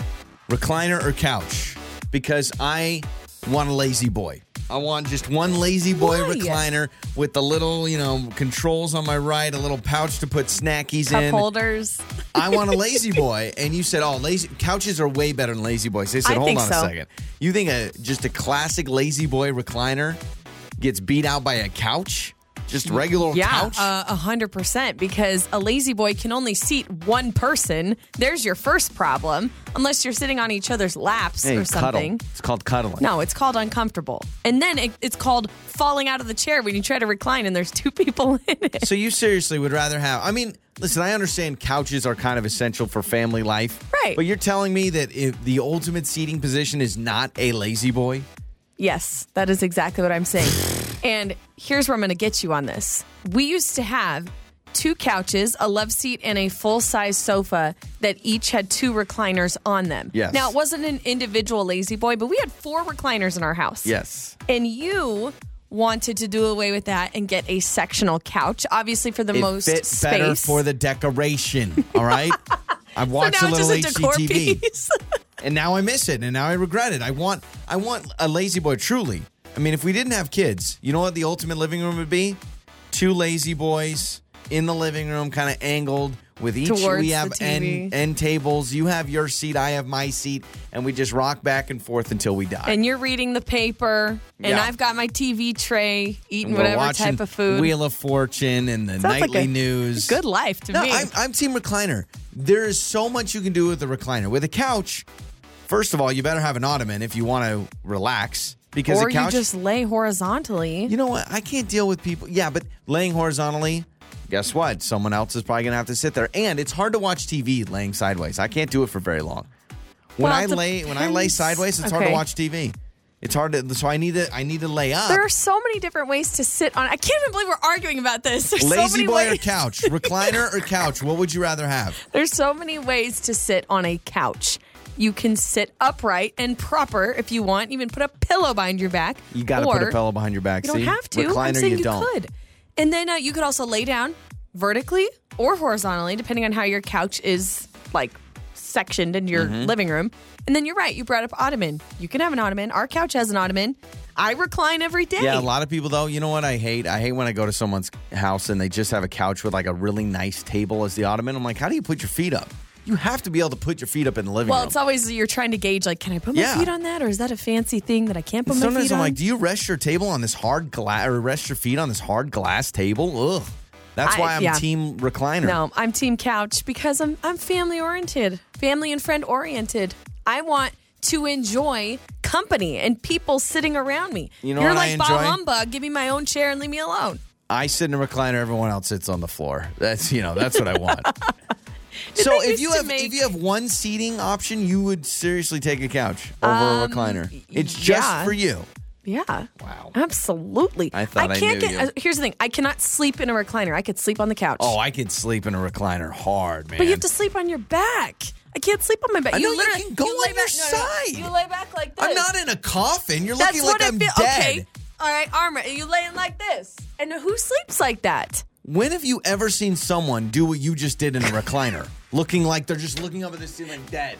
[SPEAKER 1] recliner or couch because I want a lazy boy. I want just one lazy boy
[SPEAKER 2] Why?
[SPEAKER 1] recliner with the little, you know, controls on my right, a little pouch to put snackies
[SPEAKER 2] cup
[SPEAKER 1] in.
[SPEAKER 2] holders.
[SPEAKER 1] I want a lazy boy, and you said, "Oh, lazy couches are way better than lazy boys." They said,
[SPEAKER 2] I
[SPEAKER 1] "Hold
[SPEAKER 2] think
[SPEAKER 1] on a
[SPEAKER 2] so.
[SPEAKER 1] second, you think a just a classic lazy boy recliner gets beat out by a couch, just regular
[SPEAKER 2] Yeah, uh,
[SPEAKER 1] couch?"
[SPEAKER 2] a hundred percent. Because a lazy boy can only seat one person. There's your first problem, unless you're sitting on each other's laps
[SPEAKER 1] Hey,
[SPEAKER 2] or something.
[SPEAKER 1] cuddle. It's called cuddling.
[SPEAKER 2] No, it's called uncomfortable, and then it, it's called falling out of the chair when you try to recline and there's two people in it.
[SPEAKER 1] So you seriously would rather have? I mean, listen, I understand couches are kind of essential for family life,
[SPEAKER 2] Right.
[SPEAKER 1] But you're telling me that if the ultimate seating position is not a lazy boy,
[SPEAKER 2] Yes, that is exactly what I'm saying. and here's where I'm going to get you on this. We used to have two couches, a love seat, and a full size sofa that each had two recliners on them.
[SPEAKER 1] Yes.
[SPEAKER 2] Now, it wasn't an individual lazy boy, but we had four recliners in our house.
[SPEAKER 1] yes,
[SPEAKER 2] And you wanted to do away with that and get a sectional couch, obviously for the
[SPEAKER 1] it
[SPEAKER 2] most
[SPEAKER 1] fit
[SPEAKER 2] space.
[SPEAKER 1] better for the decoration. All right, I
[SPEAKER 2] so
[SPEAKER 1] watch
[SPEAKER 2] now
[SPEAKER 1] a
[SPEAKER 2] it's
[SPEAKER 1] little
[SPEAKER 2] just a decor
[SPEAKER 1] HGTV.
[SPEAKER 2] piece.
[SPEAKER 1] and now I miss it, and now I regret it. I want, I want a lazy boy. Truly, I mean, if we didn't have kids, you know what the ultimate living room would be? Two lazy boys in the living room, kind of angled. With each,
[SPEAKER 2] Towards
[SPEAKER 1] we
[SPEAKER 2] the
[SPEAKER 1] have
[SPEAKER 2] TV.
[SPEAKER 1] end, end tables. You have your seat, I have my seat, and we just rock back and forth until we die.
[SPEAKER 2] and you're reading the paper, and
[SPEAKER 1] Yeah.
[SPEAKER 2] I've got my TV tray, eating
[SPEAKER 1] We're
[SPEAKER 2] whatever
[SPEAKER 1] watching
[SPEAKER 2] type of food.
[SPEAKER 1] Wheel of Fortune, and the
[SPEAKER 2] Sounds like
[SPEAKER 1] nightly
[SPEAKER 2] a
[SPEAKER 1] news.
[SPEAKER 2] Good life to
[SPEAKER 1] No,
[SPEAKER 2] me.
[SPEAKER 1] I'm, I'm team recliner. There is so much you can do with a recliner. With a couch, first of all, you better have an ottoman if you want to relax because
[SPEAKER 2] or
[SPEAKER 1] a couch.
[SPEAKER 2] you just lay horizontally.
[SPEAKER 1] you know what? I can't deal with people. Yeah, but laying horizontally, guess what? Someone else is probably gonna have to sit there, and it's hard to watch TV laying sideways. I can't do it for very long. When
[SPEAKER 2] Well,
[SPEAKER 1] I
[SPEAKER 2] it
[SPEAKER 1] lay when I lay
[SPEAKER 2] depends.
[SPEAKER 1] sideways, it's hard to
[SPEAKER 2] Okay.
[SPEAKER 1] watch TV. It's hard to so I need to I need to lay up.
[SPEAKER 2] there are so many different ways to sit on. I can't even believe we're arguing about this. There's so
[SPEAKER 1] Lazy
[SPEAKER 2] many
[SPEAKER 1] boy or
[SPEAKER 2] ways.
[SPEAKER 1] couch, recliner or couch? What would you rather have?
[SPEAKER 2] There's so many ways to sit on a couch. You can sit upright and proper if you want. Even put a pillow behind your back.
[SPEAKER 1] You got to put a
[SPEAKER 2] Or-
[SPEAKER 1] pillow behind your back.
[SPEAKER 2] You don't
[SPEAKER 1] see?
[SPEAKER 2] have to.
[SPEAKER 1] Recliner,
[SPEAKER 2] I'm saying you,
[SPEAKER 1] don't.
[SPEAKER 2] could. And then uh, you could also lay down vertically or horizontally, depending on how your couch is like sectioned in your
[SPEAKER 1] Mm-hmm.
[SPEAKER 2] living room. And then you're right. You brought up ottoman. You can have an ottoman. Our couch has an ottoman. I recline every day.
[SPEAKER 1] Yeah, a lot of people though. You know what I hate? I hate when I go to someone's house and they just have a couch with like a really nice table as the ottoman. I'm like, how do you put your feet up? You have to be able to put your feet up in the living
[SPEAKER 2] well,
[SPEAKER 1] room.
[SPEAKER 2] it's always you're trying to gauge like, can I put my
[SPEAKER 1] Yeah.
[SPEAKER 2] feet on that, or is that a fancy thing that I can't put my
[SPEAKER 1] Sometimes
[SPEAKER 2] feet
[SPEAKER 1] I'm
[SPEAKER 2] on?
[SPEAKER 1] like, do you rest your table on this hard glass or rest your feet on this hard glass table? Ugh. That's
[SPEAKER 2] I-
[SPEAKER 1] why I'm
[SPEAKER 2] yeah.
[SPEAKER 1] team recliner.
[SPEAKER 2] No, I'm team couch because I'm I'm family oriented, family and friend oriented. I want to enjoy company and people sitting around me.
[SPEAKER 1] You know
[SPEAKER 2] You're
[SPEAKER 1] what I
[SPEAKER 2] like bah
[SPEAKER 1] enjoy?
[SPEAKER 2] humbug. Give me my own chair and leave me alone.
[SPEAKER 1] I sit in a recliner, everyone else sits on the floor. That's you know, that's what I want. so
[SPEAKER 2] they
[SPEAKER 1] if you
[SPEAKER 2] used to
[SPEAKER 1] have if
[SPEAKER 2] make-
[SPEAKER 1] you have one seating option, you would seriously take a couch over a recliner. It's just
[SPEAKER 2] Um, yeah.
[SPEAKER 1] for you.
[SPEAKER 2] Yeah.
[SPEAKER 1] Wow.
[SPEAKER 2] Absolutely.
[SPEAKER 1] I thought I
[SPEAKER 2] can't
[SPEAKER 1] knew
[SPEAKER 2] get.
[SPEAKER 1] you.
[SPEAKER 2] uh, here's the thing. I cannot sleep in a recliner. I could sleep on the couch.
[SPEAKER 1] Oh, I can sleep in a recliner hard, man.
[SPEAKER 2] but you have to sleep on your back. I can't sleep on my back.
[SPEAKER 1] I know, you
[SPEAKER 2] literally
[SPEAKER 1] can go
[SPEAKER 2] lay
[SPEAKER 1] on your
[SPEAKER 2] back, no, no,
[SPEAKER 1] side.
[SPEAKER 2] You lay back like this.
[SPEAKER 1] I'm not in a coffin. You're
[SPEAKER 2] That's
[SPEAKER 1] looking
[SPEAKER 2] what
[SPEAKER 1] like
[SPEAKER 2] I
[SPEAKER 1] I'm
[SPEAKER 2] feel.
[SPEAKER 1] dead.
[SPEAKER 2] Okay. All right, armor. And you laying like this. And who sleeps like that?
[SPEAKER 1] When have you ever seen someone do what you just did in a recliner, looking like they're just looking up at the ceiling dead?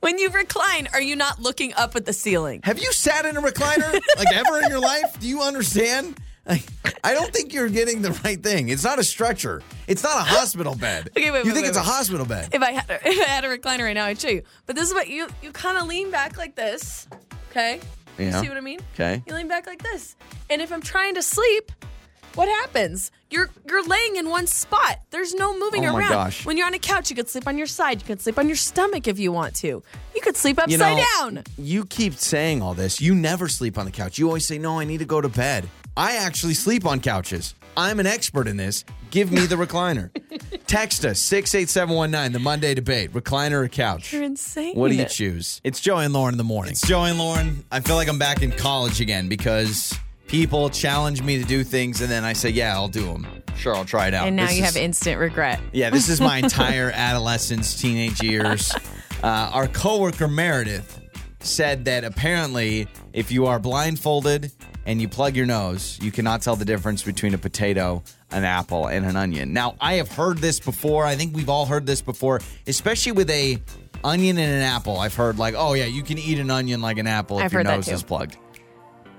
[SPEAKER 2] When you recline, are you not looking up at the ceiling?
[SPEAKER 1] Have you sat in a recliner like ever in your life? Do you understand? Like, I don't think you're getting the right thing. It's not a stretcher. It's not a hospital bed.
[SPEAKER 2] Okay, wait,
[SPEAKER 1] you
[SPEAKER 2] wait,
[SPEAKER 1] think
[SPEAKER 2] wait,
[SPEAKER 1] it's a
[SPEAKER 2] wait.
[SPEAKER 1] hospital bed?
[SPEAKER 2] If I had a, if I had a recliner right now, I'd show you. But this is what you you kind of lean back like this. Okay.
[SPEAKER 1] Yeah.
[SPEAKER 2] You see what I mean?
[SPEAKER 1] Okay.
[SPEAKER 2] You lean back like this. And if I'm trying to sleep, what happens? You're you're laying in one spot. There's no moving
[SPEAKER 1] Oh my
[SPEAKER 2] around.
[SPEAKER 1] gosh.
[SPEAKER 2] When you're on a couch, you could sleep on your side. You could sleep on your stomach if you want to. You could sleep upside
[SPEAKER 1] You know,
[SPEAKER 2] down.
[SPEAKER 1] you keep saying all this. You never sleep on the couch. You always say, "No, I need to go to bed." I actually sleep on couches. I'm an expert in this. Give me the recliner. Text us six eight seven one nine. The Monday debate: recliner or couch?
[SPEAKER 2] You're insane.
[SPEAKER 1] What do you choose? It's Joey and Lauren in the morning. It's Joey and Lauren. I feel like I'm back in college again because people challenge me to do things and then I say, yeah, I'll do them. Sure, I'll try it out.
[SPEAKER 2] And now
[SPEAKER 1] This
[SPEAKER 2] you
[SPEAKER 1] is-
[SPEAKER 2] have instant regret.
[SPEAKER 1] Yeah, this is my entire adolescence, teenage years. Uh, our coworker Meredith said that apparently if you are blindfolded and you plug your nose, you cannot tell the difference between a potato, an apple, and an onion. Now, I have heard this before. I think we've all heard this before, especially with a onion and an apple. I've heard like, oh yeah, you can eat an onion like an apple if
[SPEAKER 2] I've
[SPEAKER 1] your
[SPEAKER 2] heard that
[SPEAKER 1] nose
[SPEAKER 2] too.
[SPEAKER 1] is plugged.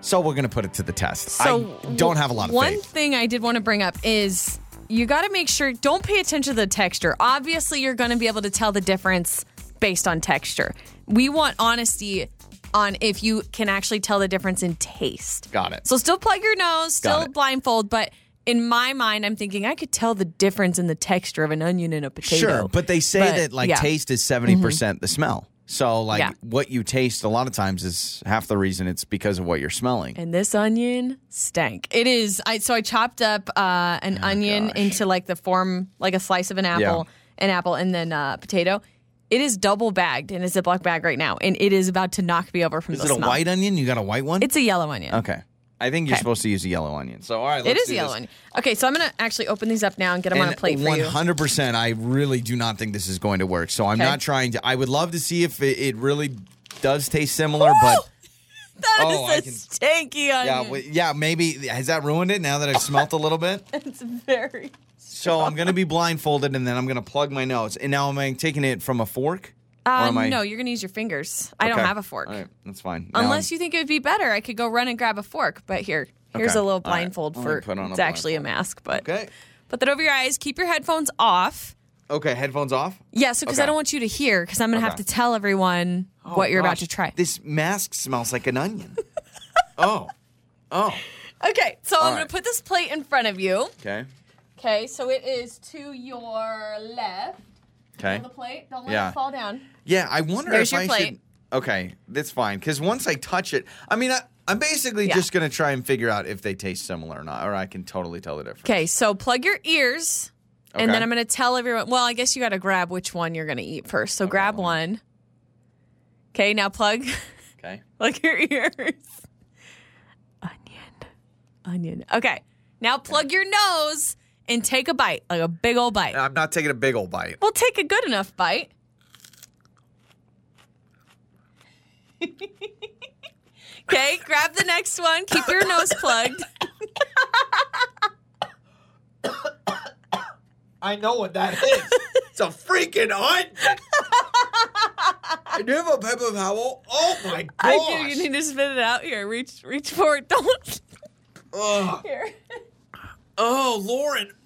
[SPEAKER 1] So we're gonna put it to the test.
[SPEAKER 2] So
[SPEAKER 1] I don't have a lot of
[SPEAKER 2] One
[SPEAKER 1] faith.
[SPEAKER 2] thing I did want to bring up is you got to make sure don't pay attention to the texture. Obviously, you're going to be able to tell the difference based on texture. We want honesty on if you can actually tell the difference in taste.
[SPEAKER 1] Got it.
[SPEAKER 2] So still plug your nose,
[SPEAKER 1] Got
[SPEAKER 2] still
[SPEAKER 1] it.
[SPEAKER 2] blindfold, but in my mind, I'm thinking I could tell the difference in the texture of an onion and a potato.
[SPEAKER 1] Sure, but they say
[SPEAKER 2] But,
[SPEAKER 1] that like
[SPEAKER 2] yeah.
[SPEAKER 1] taste is
[SPEAKER 6] Mm-hmm.
[SPEAKER 1] 70% percent the smell. So like
[SPEAKER 2] Yeah.
[SPEAKER 1] what you taste a lot of times is half the reason it's because of what you're smelling.
[SPEAKER 2] And this onion stank.
[SPEAKER 6] It is. I so I chopped up uh,
[SPEAKER 1] Oh
[SPEAKER 6] an onion into like the form like a slice of an apple, an apple, and then uh, potato. It is double bagged in a Ziploc bag right now, and it is about to knock me over from
[SPEAKER 1] Is
[SPEAKER 6] the
[SPEAKER 1] it a
[SPEAKER 6] smell.
[SPEAKER 1] white onion? You got a white one?
[SPEAKER 6] It's a yellow onion.
[SPEAKER 1] okay. I think you're supposed to use a yellow onion. So all right, let's
[SPEAKER 6] it is
[SPEAKER 1] do
[SPEAKER 6] a yellow
[SPEAKER 1] this.
[SPEAKER 6] onion. Okay, so I'm gonna actually open these up now and get them on a
[SPEAKER 1] And
[SPEAKER 6] plate for you.
[SPEAKER 1] 100%, I really do not think this is going to work. So I'm
[SPEAKER 6] Okay.
[SPEAKER 1] not trying to I would love to see if it, it really does taste similar, but
[SPEAKER 2] That is
[SPEAKER 1] Oh, I
[SPEAKER 2] a
[SPEAKER 1] can-
[SPEAKER 2] stanky
[SPEAKER 1] yeah,
[SPEAKER 2] onion.
[SPEAKER 1] w- yeah, maybe has that ruined it now that I've smelt a little bit?
[SPEAKER 2] it's very.
[SPEAKER 1] So I'm going to be blindfolded and then I'm going to plug my nose. And now am I taking it from a fork?
[SPEAKER 2] Uh,
[SPEAKER 6] Um,
[SPEAKER 1] am I-
[SPEAKER 2] no, you're gonna use your fingers. I don't
[SPEAKER 1] Okay.
[SPEAKER 2] have a fork.
[SPEAKER 1] All right, that's fine.
[SPEAKER 2] Unless you think it would be better, I could go run and grab a fork. But here, here's
[SPEAKER 1] Okay.
[SPEAKER 2] a
[SPEAKER 1] All
[SPEAKER 2] little
[SPEAKER 1] right.
[SPEAKER 2] blindfold
[SPEAKER 1] Let me
[SPEAKER 2] for
[SPEAKER 1] put on a
[SPEAKER 2] it's actually a mask. But
[SPEAKER 1] Okay.
[SPEAKER 2] put that over your eyes. Keep your headphones off.
[SPEAKER 1] Okay, headphones off.
[SPEAKER 2] Yeah, so because
[SPEAKER 1] Okay.
[SPEAKER 2] I don't want you to hear, because I'm gonna have
[SPEAKER 1] Okay. Oh,
[SPEAKER 2] to tell everyone what you're about
[SPEAKER 1] Gosh,
[SPEAKER 2] to try.
[SPEAKER 1] This mask smells like an onion. oh. Oh.
[SPEAKER 2] okay, so I'm
[SPEAKER 1] right.
[SPEAKER 2] gonna put this plate in front of you.
[SPEAKER 1] Okay.
[SPEAKER 2] Okay, so it is to your left
[SPEAKER 1] Okay.
[SPEAKER 2] of the plate. Don't let
[SPEAKER 1] Yeah.
[SPEAKER 2] it fall down.
[SPEAKER 1] Yeah, I wonder
[SPEAKER 2] There's
[SPEAKER 1] if
[SPEAKER 2] your
[SPEAKER 1] I should
[SPEAKER 2] plate.
[SPEAKER 1] Okay, that's fine cuz once I touch it, I mean I I'm basically
[SPEAKER 2] Yeah.
[SPEAKER 1] just going to try and figure out if they taste similar or not or I can totally tell the difference.
[SPEAKER 2] Okay, so plug your ears, and
[SPEAKER 1] Okay.
[SPEAKER 2] then I'm gonna tell everyone. Well, I guess you gotta grab which one you're gonna eat first. So grab one. Okay, now plug.
[SPEAKER 1] Okay.
[SPEAKER 2] Look your ears. Onion. Onion. Okay. Now plug your nose and take a bite, like a big old bite.
[SPEAKER 1] I'm not taking a big old bite.
[SPEAKER 2] Well, take a good enough bite. okay, grab the next one. Keep your nose plugged.
[SPEAKER 1] I know what that is. it's a freaking onion. Do you have a paper towel? Oh my gosh.
[SPEAKER 2] I do. You need to spit it out here. Reach, reach forward. Don't.
[SPEAKER 1] Ugh.
[SPEAKER 2] Here.
[SPEAKER 1] Oh, Lauren.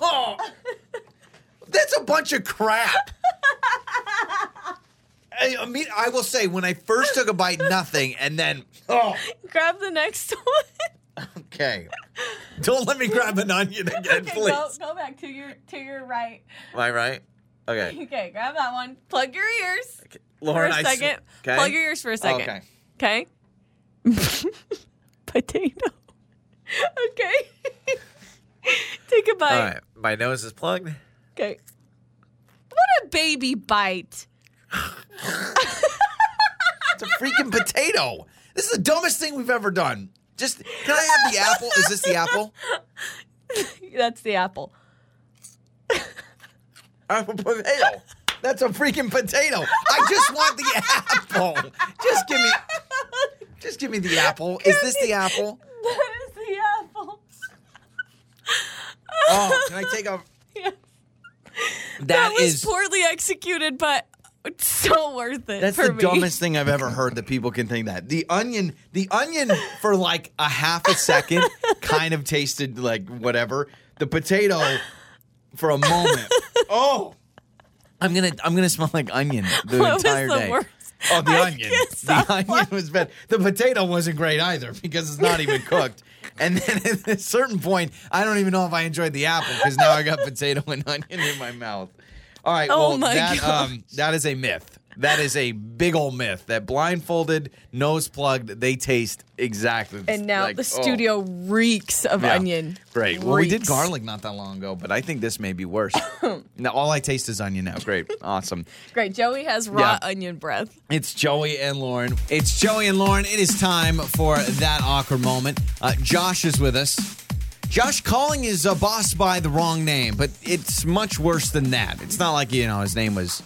[SPEAKER 1] Oh. That's a bunch of crap. I, I mean, I will say, when I first took a bite, nothing, and then, oh,
[SPEAKER 2] Grab the next one.
[SPEAKER 1] okay. Don't let me grab an onion again,
[SPEAKER 2] Okay,
[SPEAKER 1] please.
[SPEAKER 2] go, go back to your to your right.
[SPEAKER 1] Am I right? Okay.
[SPEAKER 2] Okay, grab that one. Plug your ears
[SPEAKER 1] Lauren,
[SPEAKER 2] for a
[SPEAKER 1] I s-
[SPEAKER 2] second.
[SPEAKER 1] okay? Oh,
[SPEAKER 2] Plug your ears for a second.
[SPEAKER 1] Okay.
[SPEAKER 2] Okay. Potato. Okay. Take a bite.
[SPEAKER 1] All right. My nose is plugged.
[SPEAKER 2] Okay. What a baby bite.
[SPEAKER 1] It's a freaking potato. This is the dumbest thing we've ever done. Just, can I have the apple? Is this the apple?
[SPEAKER 2] That's the apple.
[SPEAKER 1] I'm a potato. That's a freaking potato. I just want the apple. Just give me Just give me the apple. Is this the apple?
[SPEAKER 2] That is the apple.
[SPEAKER 1] Oh, can I take off?
[SPEAKER 3] That was
[SPEAKER 1] is-
[SPEAKER 3] poorly executed, but it's so worth it.
[SPEAKER 1] That's
[SPEAKER 3] for
[SPEAKER 1] the
[SPEAKER 3] me.
[SPEAKER 1] dumbest thing I've ever heard that people can think that. The onion, the onion for like a half a second kind of tasted like whatever. The potato for a moment. Oh. I'm going to I'm going to smell like onion the
[SPEAKER 3] What was
[SPEAKER 1] entire
[SPEAKER 3] the
[SPEAKER 1] day.
[SPEAKER 3] worst?
[SPEAKER 1] Oh, the
[SPEAKER 3] I
[SPEAKER 1] onion.
[SPEAKER 3] can't
[SPEAKER 1] The
[SPEAKER 3] stop
[SPEAKER 1] onion was bad. The potato wasn't great either because it's not even cooked. And then at a certain point, I don't even know if I enjoyed the apple because now I got potato and onion in my mouth. All right,
[SPEAKER 3] Oh
[SPEAKER 1] well
[SPEAKER 3] my
[SPEAKER 1] that
[SPEAKER 3] gosh.
[SPEAKER 1] um that is a myth. That is a big old myth. That blindfolded, nose plugged, they taste exactly. the-
[SPEAKER 3] And now
[SPEAKER 1] like-
[SPEAKER 3] the
[SPEAKER 1] oh,
[SPEAKER 3] studio reeks of
[SPEAKER 1] yeah.
[SPEAKER 3] onion.
[SPEAKER 1] Great. Well, we did
[SPEAKER 3] Reeks.
[SPEAKER 1] garlic not that long ago, but I think this may be worse. now all I taste is onion now. Great, awesome.
[SPEAKER 3] Great. Joey has raw
[SPEAKER 1] Yeah.
[SPEAKER 3] onion breath.
[SPEAKER 1] It's Joey and Lauren. It's Joey and Lauren. It is time for that awkward moment. Uh, Josh is with us. Josh calling his uh, boss by the wrong name, but it's much worse than that. It's not like, you know, his name was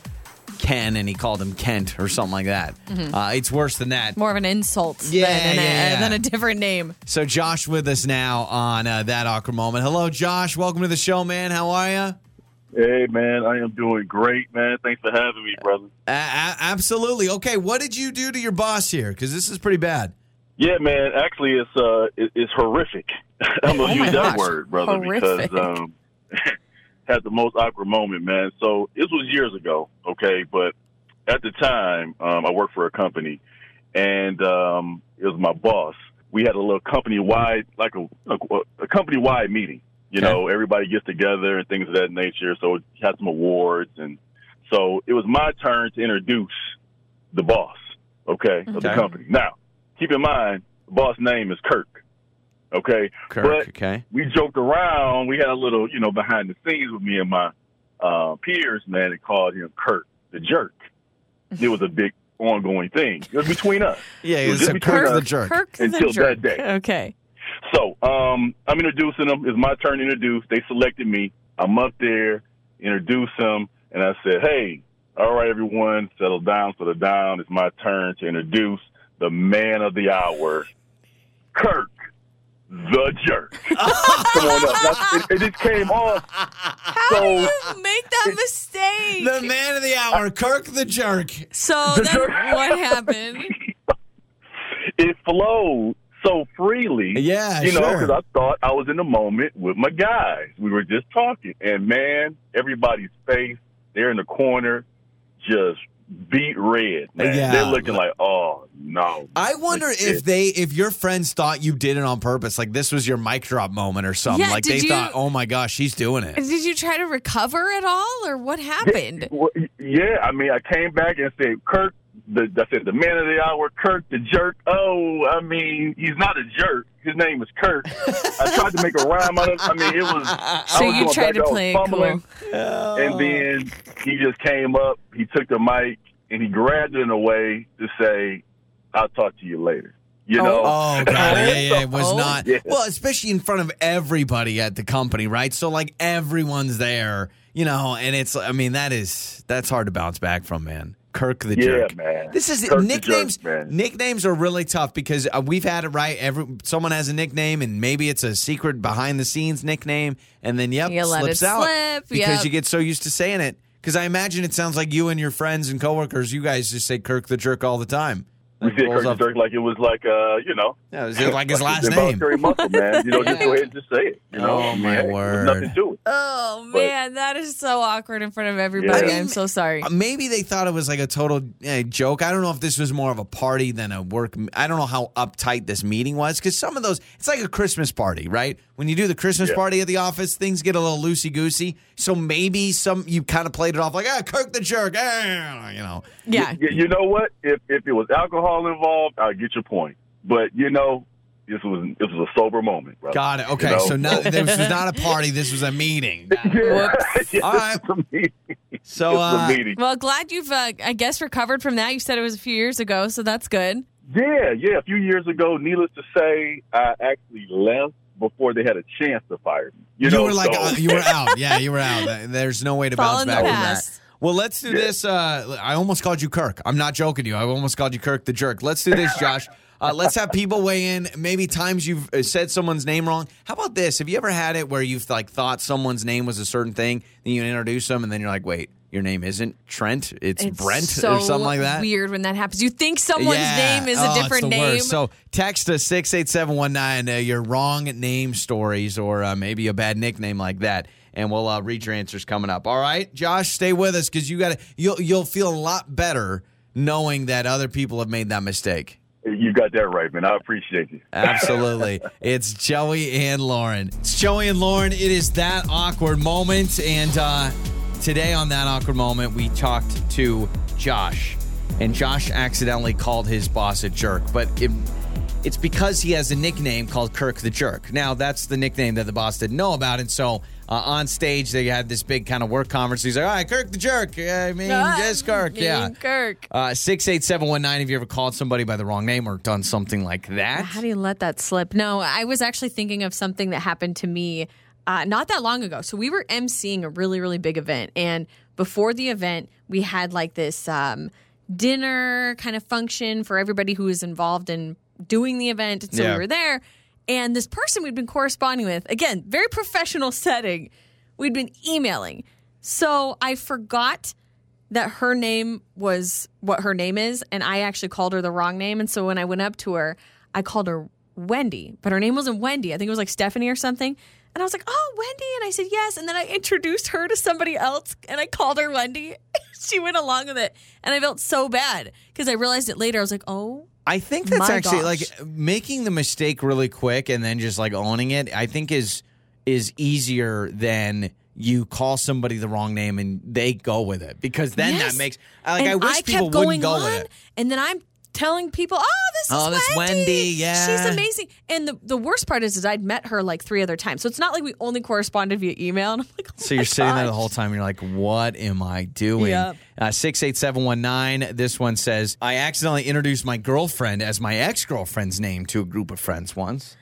[SPEAKER 1] Ken and he called him Kent or something like that. Uh, it's worse than that.
[SPEAKER 3] Mm-hmm. More of an insult
[SPEAKER 1] Yeah,
[SPEAKER 3] than, a,
[SPEAKER 1] yeah, yeah.
[SPEAKER 3] than a different name.
[SPEAKER 1] So, Josh with us now on uh, that awkward moment. Hello, Josh. Welcome to the show, man. How are you?
[SPEAKER 7] Hey man, I am doing great, man. Thanks for having me, brother.
[SPEAKER 1] A- a- absolutely. Okay, what did you do to your boss here? Because this is pretty bad.
[SPEAKER 7] Yeah, man. Actually, it's uh, it, it's horrific. I'm gonna
[SPEAKER 3] Oh, my
[SPEAKER 7] use that
[SPEAKER 3] gosh.
[SPEAKER 7] word, brother,
[SPEAKER 3] Horrific.
[SPEAKER 7] because um, had the most awkward moment, man. So this was years ago, okay, but at the time, um, I worked for a company, and um, it was my boss. We had a little company wide, like a, a, a company wide meeting. You know, everybody gets together and things of that nature. So we had some awards, and so it was my turn to introduce the boss, okay, of the
[SPEAKER 1] Okay.
[SPEAKER 7] company. Now, keep in mind, the boss' name is Kirk, okay. But
[SPEAKER 1] okay.
[SPEAKER 7] we joked around. We had a little, you know, behind the scenes with me and my uh, peers, man, and called him Kurt the Jerk. It was a big ongoing thing. It was between us.
[SPEAKER 1] Yeah,
[SPEAKER 7] Well,
[SPEAKER 1] it's
[SPEAKER 7] did
[SPEAKER 1] a
[SPEAKER 7] we
[SPEAKER 1] Kirk
[SPEAKER 7] talk-
[SPEAKER 1] the jerk.
[SPEAKER 3] Kirk the
[SPEAKER 7] Until
[SPEAKER 3] jerk.
[SPEAKER 7] that day.
[SPEAKER 3] Okay.
[SPEAKER 7] So um, I'm introducing them. It's my turn to introduce. They selected me. I'm up there, introduce them, and I said, hey, all right, everyone, settle down, settle down. It's my turn to introduce the man of the hour, Kirk the Jerk. Come on up. That's- It, it just came off. so
[SPEAKER 3] Make that mistake.
[SPEAKER 1] The man of the hour,
[SPEAKER 7] Uh,
[SPEAKER 1] Kirk the jerk.
[SPEAKER 3] so then what happened?
[SPEAKER 7] it flowed so freely.
[SPEAKER 1] Yeah,
[SPEAKER 7] you know,
[SPEAKER 1] sure.
[SPEAKER 7] because I thought I was in the moment with my guys. We were just talking, and man, everybody's face, they're in the corner, just beat red. Man.
[SPEAKER 1] Yeah.
[SPEAKER 7] They're looking like, oh no.
[SPEAKER 1] I wonder
[SPEAKER 7] Like,
[SPEAKER 1] if
[SPEAKER 7] it-
[SPEAKER 1] they, if your friends thought you did it on purpose, like this was your mic drop moment or something.
[SPEAKER 3] Yeah,
[SPEAKER 1] like
[SPEAKER 3] did
[SPEAKER 1] they
[SPEAKER 3] you-
[SPEAKER 1] thought, oh my gosh, she's doing it.
[SPEAKER 3] Did you try to recover at all, or what happened?
[SPEAKER 7] Well, yeah, I mean, I came back and said, Kirk. The, I said the man of the hour, Kirk the jerk. Oh, I mean, he's not a jerk. His name is Kirk. I tried to make a rhyme out of. I mean, it was.
[SPEAKER 3] So
[SPEAKER 7] I was
[SPEAKER 3] you
[SPEAKER 7] going
[SPEAKER 3] tried
[SPEAKER 7] back,
[SPEAKER 3] to
[SPEAKER 7] I was
[SPEAKER 3] play it
[SPEAKER 7] fumbling.
[SPEAKER 3] cool.
[SPEAKER 1] Oh.
[SPEAKER 7] And then he just came up, he took the mic, and he grabbed it in a way to say, I'll talk to you later. You know?
[SPEAKER 1] Oh, God. Yeah, yeah, it was
[SPEAKER 3] Oh.
[SPEAKER 1] not.
[SPEAKER 7] Yeah.
[SPEAKER 1] Well, especially in front of everybody at the company, right? So, like, everyone's there, you know, and it's, I mean, that is, that's hard to bounce back from, man. Kirk the
[SPEAKER 7] yeah,
[SPEAKER 1] jerk.
[SPEAKER 7] man.
[SPEAKER 1] This is
[SPEAKER 7] Kirk the
[SPEAKER 1] nicknames.
[SPEAKER 7] jerk, man.
[SPEAKER 1] nicknames are really tough because uh, we've had it right. Every someone has a nickname, and maybe it's a secret behind the scenes nickname, and then yep,
[SPEAKER 3] You let it
[SPEAKER 1] slips out
[SPEAKER 3] slip,
[SPEAKER 1] because
[SPEAKER 3] yep.
[SPEAKER 1] you get so used to saying it. Because I imagine it sounds like you and your friends and coworkers, you guys just say Kirk the jerk all the time.
[SPEAKER 7] We
[SPEAKER 1] Like,
[SPEAKER 7] said
[SPEAKER 1] rolls
[SPEAKER 7] Kirk the
[SPEAKER 1] off-
[SPEAKER 7] jerk like it was like, uh, you know.
[SPEAKER 1] Yeah, it's like his last
[SPEAKER 7] it's
[SPEAKER 1] name.
[SPEAKER 7] involuntary muscle, man. You know, just
[SPEAKER 1] Yeah.
[SPEAKER 7] go ahead and just say it. You know?
[SPEAKER 1] Oh,
[SPEAKER 7] I mean,
[SPEAKER 1] my
[SPEAKER 7] hey, there's
[SPEAKER 1] word.
[SPEAKER 7] Nothing to it.
[SPEAKER 3] Oh
[SPEAKER 7] But-
[SPEAKER 3] man, that is so awkward in front of everybody.
[SPEAKER 7] Yeah.
[SPEAKER 3] I'm so sorry.
[SPEAKER 1] Uh, Maybe they thought it was like a total eh, joke. I don't know if this was more of a party than a work. m- I don't know how uptight this meeting was because some of those, it's like a Christmas party, right? When you do the Christmas
[SPEAKER 7] Yeah.
[SPEAKER 1] party at the office, things get a little loosey goosey. So maybe some you kind of played it off like, ah, Kirk the jerk, ah, you know.
[SPEAKER 3] yeah.
[SPEAKER 7] You, you know what? If if it was alcohol involved, I get your point. But you know, this was this was a sober moment, brother.
[SPEAKER 1] Got it. Okay,
[SPEAKER 7] Uh, know?
[SPEAKER 1] so not, this was not a party. This was a meeting.
[SPEAKER 7] Yeah. yeah,
[SPEAKER 1] All right.
[SPEAKER 7] this was a meeting.
[SPEAKER 1] So
[SPEAKER 7] This was a
[SPEAKER 1] uh,
[SPEAKER 7] meeting.
[SPEAKER 3] Well, glad you've, uh, I guess, recovered from that. You said it was a few years ago, so that's good.
[SPEAKER 7] Yeah, yeah. A few years ago, needless to say, I actually left before they had a chance to fire me. You,
[SPEAKER 1] you,
[SPEAKER 7] know,
[SPEAKER 1] were like,
[SPEAKER 7] so-
[SPEAKER 1] uh, you were out. Yeah, you were out. Th- There's no way to
[SPEAKER 3] Fall
[SPEAKER 1] bounce
[SPEAKER 3] in the
[SPEAKER 1] back from
[SPEAKER 3] past.
[SPEAKER 1] that. Well, let's do this. Uh, I almost called you Kirk. I'm not joking you. I almost called you Kirk the jerk. Let's do this, Josh. Uh, let's have people weigh in. Maybe times you've uh, said someone's name wrong. How about this? Have you ever had it where you've like thought someone's name was a certain thing, then you introduce them, and then you're like, wait, your name isn't Trent, it's, Brent
[SPEAKER 2] so
[SPEAKER 1] or something like that.
[SPEAKER 2] Weird when that happens. You think someone's
[SPEAKER 1] Yeah.
[SPEAKER 2] name is
[SPEAKER 1] Oh,
[SPEAKER 2] a
[SPEAKER 1] it's
[SPEAKER 2] different
[SPEAKER 1] the
[SPEAKER 2] name.
[SPEAKER 1] worst. So text us 68719 uh, your wrong name stories or uh, maybe a bad nickname like that. And we'll uh, read your answers coming up. All right, Josh, stay with us because you got to you'll you'll feel a lot better knowing that other people have made that mistake.
[SPEAKER 7] You got that right, man. I appreciate you.
[SPEAKER 1] Absolutely. it's Joey and Lauren. It's Joey and Lauren. It is that awkward moment. And uh, today on that awkward moment, we talked to Josh. And Josh accidentally called his boss a jerk, but it, it's because he has a nickname called Kirk the Jerk. Now, that's the nickname that the boss didn't know about. And so uh, on stage, they had this big kind of work conference. He's like, all right, Kirk the Jerk. I mean,
[SPEAKER 2] Ah,
[SPEAKER 1] just Kirk.
[SPEAKER 2] mean
[SPEAKER 1] Yeah.
[SPEAKER 2] Kirk.
[SPEAKER 1] Uh, 68719, have you ever called somebody by the wrong name or done something like that?
[SPEAKER 2] How do you let that slip? No, I was actually thinking of something that happened to me uh, not that long ago. So we were emceeing a really, really big event. And before the event, we had like this um, dinner kind of function for everybody who was involved in doing the event. And so
[SPEAKER 1] Yeah.
[SPEAKER 2] we were there. And this person we'd been corresponding with, again, very professional setting, we'd been emailing. So I forgot that her name was what her name is, and I actually called her the wrong name. And so when I went up to her, I called her Wendy, but her name wasn't Wendy. I think it was like Stephanie or something. And I was like, oh, Wendy. And I said, yes. And then I introduced her to somebody else and I called her Wendy. she went along with it. And I felt so bad because I realized it later. I was like, oh,
[SPEAKER 1] I think that's
[SPEAKER 2] My
[SPEAKER 1] actually
[SPEAKER 2] gosh.
[SPEAKER 1] like making the mistake really quick and then just like owning it. I think is is easier than you call somebody the wrong name and they go with it because then
[SPEAKER 2] Yes.
[SPEAKER 1] that makes I- like
[SPEAKER 2] and
[SPEAKER 1] I wish
[SPEAKER 2] kept
[SPEAKER 1] people
[SPEAKER 2] going
[SPEAKER 1] wouldn't go
[SPEAKER 2] on,
[SPEAKER 1] with it.
[SPEAKER 2] And then I'm telling people, oh, this is
[SPEAKER 1] Oh, that's
[SPEAKER 2] Wendy.
[SPEAKER 1] Wendy,
[SPEAKER 2] She's
[SPEAKER 1] yeah.
[SPEAKER 2] amazing. And the, the worst part is, is I'd met her like three other times. So it's not like we only corresponded via email. And I'm like, oh
[SPEAKER 1] So
[SPEAKER 2] my
[SPEAKER 1] you're sitting there the
[SPEAKER 2] gosh.
[SPEAKER 1] whole time. And you're like, "What am I doing?"
[SPEAKER 2] Yep.
[SPEAKER 1] Uh, Six eight seven one nine. This one says, "I accidentally introduced my girlfriend as my ex girlfriend's name to a group of friends once."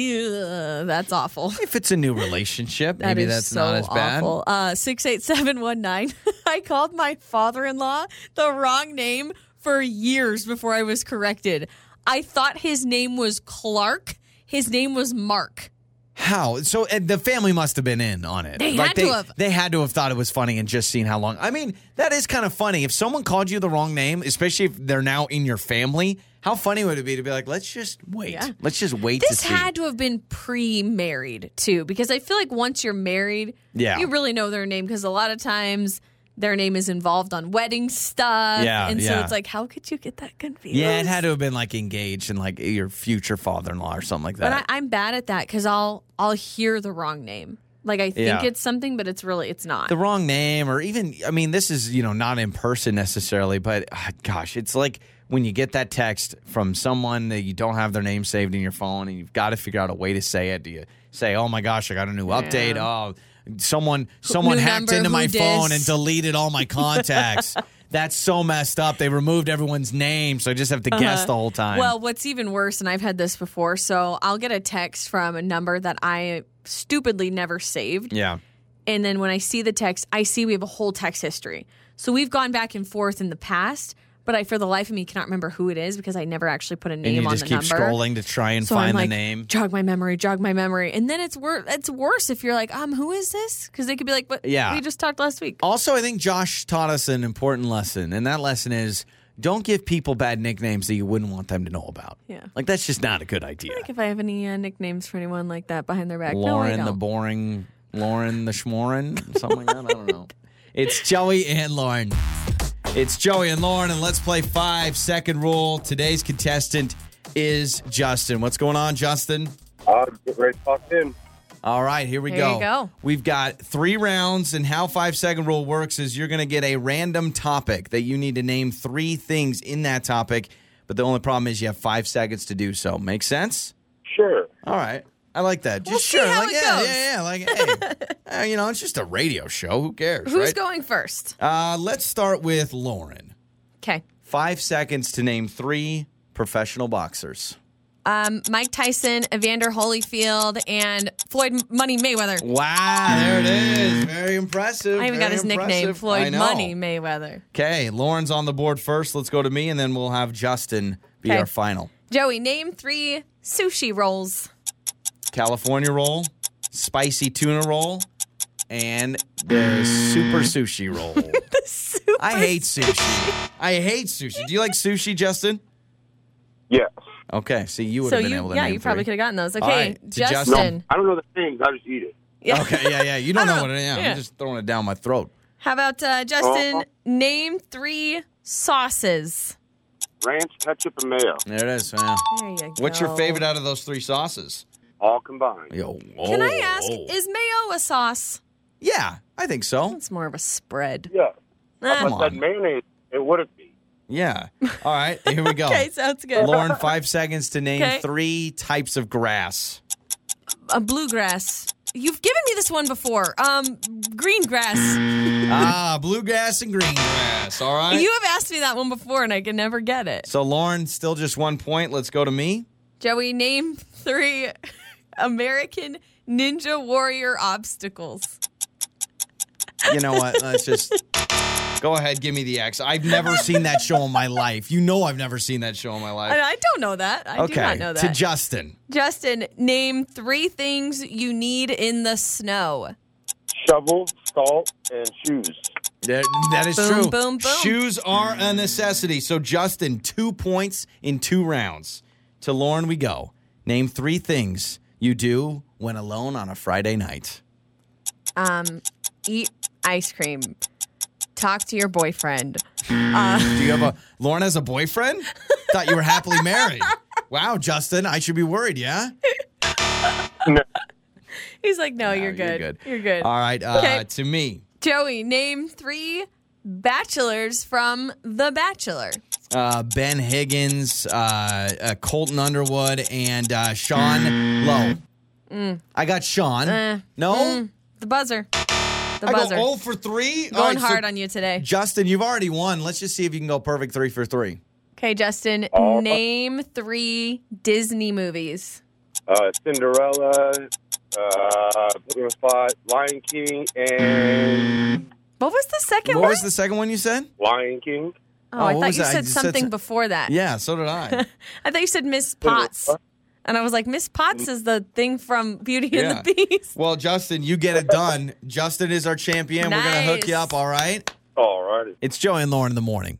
[SPEAKER 2] Yeah, that's awful.
[SPEAKER 1] If it's a new relationship,
[SPEAKER 2] That
[SPEAKER 1] maybe
[SPEAKER 2] is
[SPEAKER 1] that's
[SPEAKER 2] so
[SPEAKER 1] not as bad.
[SPEAKER 2] awful. Uh, six eight seven one nine. I called my father-in-law the wrong name for years before I was corrected. I thought his name was Clark. His name was Mark.
[SPEAKER 1] How? So and the family must have been in on it.
[SPEAKER 2] They had
[SPEAKER 1] they,
[SPEAKER 2] to have.
[SPEAKER 1] They had to have thought it was funny and just seen how long. I mean, that is kind of funny. If someone called you the wrong name, especially if they're now in your family, how funny would it be to be like, let's just wait.
[SPEAKER 2] Yeah.
[SPEAKER 1] Let's just wait
[SPEAKER 2] This
[SPEAKER 1] to
[SPEAKER 2] had to have been pre-married too, because I feel like once you're married,
[SPEAKER 1] Yeah.
[SPEAKER 2] you really know their name because a lot of times their name is involved on wedding stuff.
[SPEAKER 1] Yeah,
[SPEAKER 2] and so
[SPEAKER 1] yeah.
[SPEAKER 2] it's like, how could you get that confused?
[SPEAKER 1] see. Yeah, it had to have been like engaged and like your future father in law or something like that.
[SPEAKER 2] But I, I'm bad at that because I'll I'll hear the wrong name. Like I think
[SPEAKER 1] Yeah.
[SPEAKER 2] it's something, but it's really it's not.
[SPEAKER 1] the wrong name or even i mean this is you know not in person necessarily but ah, gosh it's like when you get that text from someone that you don't have their name saved in your phone and you've got to figure out a way to say it do you say oh my gosh i got a new update oh someone someone
[SPEAKER 2] new
[SPEAKER 1] hacked
[SPEAKER 2] number,
[SPEAKER 1] into
[SPEAKER 2] who
[SPEAKER 1] my
[SPEAKER 2] dis?"
[SPEAKER 1] phone and deleted all my contacts that's so messed up they removed everyone's name so i just have to guess the whole time
[SPEAKER 2] Uh-huh. well, what's even worse, and I've had this before, so I'll get a text from a number that I stupidly never saved,
[SPEAKER 1] yeah
[SPEAKER 2] and then when I see the text, I see we have a whole text history. So we've gone back and forth in the past, but I for the life of me cannot remember who it is because I never actually put a
[SPEAKER 1] and
[SPEAKER 2] name
[SPEAKER 1] you
[SPEAKER 2] on
[SPEAKER 1] just
[SPEAKER 2] the
[SPEAKER 1] keep
[SPEAKER 2] number.
[SPEAKER 1] scrolling to try and
[SPEAKER 2] so
[SPEAKER 1] find
[SPEAKER 2] I'm like,
[SPEAKER 1] the name
[SPEAKER 2] jog my memory, jog my memory, and then it's worse. It's worse if you're like, um, who is this? Because they could be like, but
[SPEAKER 1] Yeah.
[SPEAKER 2] we just talked last week.
[SPEAKER 1] Also, I think Josh taught us an important lesson, and that lesson is don't give people bad nicknames that you wouldn't want them to know about.
[SPEAKER 2] Yeah.
[SPEAKER 1] Like, that's just not a good idea.
[SPEAKER 2] think if I have any uh, nicknames for anyone like that behind their back.
[SPEAKER 1] Lauren
[SPEAKER 2] no, I
[SPEAKER 1] the
[SPEAKER 2] don't.
[SPEAKER 1] boring, Lauren the schmoren, something like that. I don't know. It's Joey and Lauren. It's Joey and Lauren, and let's play five second rule. Today's contestant is Justin. What's going on, Justin?
[SPEAKER 7] I'll get ready to talk in.
[SPEAKER 1] All right, here we
[SPEAKER 2] There
[SPEAKER 1] go.
[SPEAKER 2] you go.
[SPEAKER 1] We've got three rounds, and how five second rule works is you're going to get a random topic that you need to name three things in that topic, but the only problem is you have five seconds to do so. Make sense?
[SPEAKER 7] Sure.
[SPEAKER 1] All right. I like that. Just
[SPEAKER 2] We'll see
[SPEAKER 1] sure.
[SPEAKER 2] how
[SPEAKER 1] like,
[SPEAKER 2] it
[SPEAKER 1] yeah,
[SPEAKER 2] goes.
[SPEAKER 1] yeah, yeah. Like, hey, uh, you know, it's just a radio show. Who cares?
[SPEAKER 2] Who's
[SPEAKER 1] right?
[SPEAKER 2] going first?
[SPEAKER 1] uh, let's start with Lauren.
[SPEAKER 2] Okay.
[SPEAKER 1] Five seconds to name three professional boxers.
[SPEAKER 2] Um, Mike Tyson, Evander Holyfield, and Floyd M- Money Mayweather.
[SPEAKER 1] Wow, there it is. Very impressive.
[SPEAKER 2] Mm. I even got
[SPEAKER 1] very
[SPEAKER 2] his nickname,
[SPEAKER 1] impressive. I
[SPEAKER 2] Floyd
[SPEAKER 1] know.
[SPEAKER 2] Money Mayweather.
[SPEAKER 1] Okay, Lauren's on the board first. Let's go to me, and then we'll have Justin be
[SPEAKER 2] Okay.
[SPEAKER 1] our final.
[SPEAKER 2] Joey, name three sushi rolls.
[SPEAKER 1] California roll, spicy tuna roll, and the super sushi roll. I hate sushi. I hate sushi. Do you like sushi, Justin?
[SPEAKER 7] Yeah.
[SPEAKER 1] Okay, see, you would
[SPEAKER 2] So
[SPEAKER 1] have been
[SPEAKER 2] you,
[SPEAKER 1] able to
[SPEAKER 2] yeah,
[SPEAKER 1] name
[SPEAKER 2] you probably
[SPEAKER 1] three.
[SPEAKER 2] could have gotten those. Okay,
[SPEAKER 1] right, to Justin.
[SPEAKER 2] Justin.
[SPEAKER 7] I don't know the things. I just eat it.
[SPEAKER 2] Yeah.
[SPEAKER 1] Okay, yeah, yeah. You don't know
[SPEAKER 2] don't
[SPEAKER 1] what it is.
[SPEAKER 2] yeah.
[SPEAKER 1] I'm just throwing it down my throat.
[SPEAKER 2] How about uh, Justin? Name three sauces.
[SPEAKER 7] Ranch, ketchup, and mayo,
[SPEAKER 1] There it is. yeah.
[SPEAKER 2] There you
[SPEAKER 1] What's your
[SPEAKER 2] go.
[SPEAKER 1] favorite out of those three sauces?
[SPEAKER 7] all combined.
[SPEAKER 1] Yo,
[SPEAKER 2] Can
[SPEAKER 1] whoa.
[SPEAKER 2] I ask, is mayo a sauce?
[SPEAKER 1] Yeah, I think so.
[SPEAKER 2] It's more of a spread.
[SPEAKER 7] Yeah.
[SPEAKER 2] Ah,
[SPEAKER 1] Come on.
[SPEAKER 7] mayonnaise, it wouldn't be.
[SPEAKER 1] Yeah. All right, here we go.
[SPEAKER 2] okay, sounds good.
[SPEAKER 1] Lauren, five seconds to name
[SPEAKER 2] Okay.
[SPEAKER 1] three types of grass.
[SPEAKER 2] A bluegrass. You've given me this one before. Um, green grass.
[SPEAKER 1] ah, bluegrass and green grass. All right.
[SPEAKER 2] You have asked me that one before, and I can never get it.
[SPEAKER 1] so Lauren, still just one point. Let's go to me.
[SPEAKER 2] Joey, name three American Ninja Warrior obstacles.
[SPEAKER 1] You know what? Let's just go ahead. Give me the X. I've never seen that show in my life. You know, I've never seen that show in my life.
[SPEAKER 2] And I don't know that. I
[SPEAKER 1] okay.
[SPEAKER 2] do not know that.
[SPEAKER 1] To Justin.
[SPEAKER 2] Justin, name three things you need in the snow.
[SPEAKER 7] Shovel, salt, and shoes.
[SPEAKER 1] That, that is
[SPEAKER 2] Boom,
[SPEAKER 1] true.
[SPEAKER 2] boom, boom.
[SPEAKER 1] Shoes are a necessity. So, Justin, two points in two rounds. To Lauren, we go. Name three things you do when alone on a Friday night.
[SPEAKER 2] Um, eat ice cream. Talk to your boyfriend.
[SPEAKER 1] Do you have a Lauren has a boyfriend? Thought you were happily married. Wow, Justin, I should be worried. Yeah,
[SPEAKER 2] He's like, no, you're,
[SPEAKER 1] you're
[SPEAKER 2] good.
[SPEAKER 1] good.
[SPEAKER 2] You're good.
[SPEAKER 1] All right. Uh,
[SPEAKER 2] Okay.
[SPEAKER 1] To me,
[SPEAKER 2] Joey, name three bachelors from The Bachelor.
[SPEAKER 1] uh, Ben Higgins, uh, uh, Colton Underwood, and uh,
[SPEAKER 2] Mm.
[SPEAKER 1] Sean Lowe. I got Sean. no,
[SPEAKER 2] The buzzer. The
[SPEAKER 1] I
[SPEAKER 2] Eh. Mm. buzzer.
[SPEAKER 1] go all for three. All
[SPEAKER 2] Going
[SPEAKER 1] right, so-
[SPEAKER 2] hard on you today.
[SPEAKER 1] Justin, you've already won. Let's just see if you can go perfect three for three.
[SPEAKER 2] Okay, Justin,
[SPEAKER 1] Uh,
[SPEAKER 2] name three Disney movies.
[SPEAKER 7] Uh, Cinderella, uh, Put on Spot, Lion King, and
[SPEAKER 2] What was the second
[SPEAKER 1] What
[SPEAKER 2] one?
[SPEAKER 1] was the second one you said?
[SPEAKER 7] Lion King.
[SPEAKER 1] oh,
[SPEAKER 2] oh, I
[SPEAKER 1] what
[SPEAKER 2] thought
[SPEAKER 1] was
[SPEAKER 2] you
[SPEAKER 1] that? I
[SPEAKER 2] said
[SPEAKER 1] just said
[SPEAKER 2] something
[SPEAKER 1] so-
[SPEAKER 2] before that.
[SPEAKER 1] Yeah, so did I.
[SPEAKER 2] I thought you said Miss Potts. And I was like, Miss Potts is the thing from Beauty and the
[SPEAKER 1] Yeah.
[SPEAKER 2] Beast.
[SPEAKER 1] well, Justin, you get it done. Justin is our champion. We're going to hook you
[SPEAKER 2] Nice.
[SPEAKER 1] up, all right?
[SPEAKER 7] All righty.
[SPEAKER 1] It's Joey and Lauren in the morning.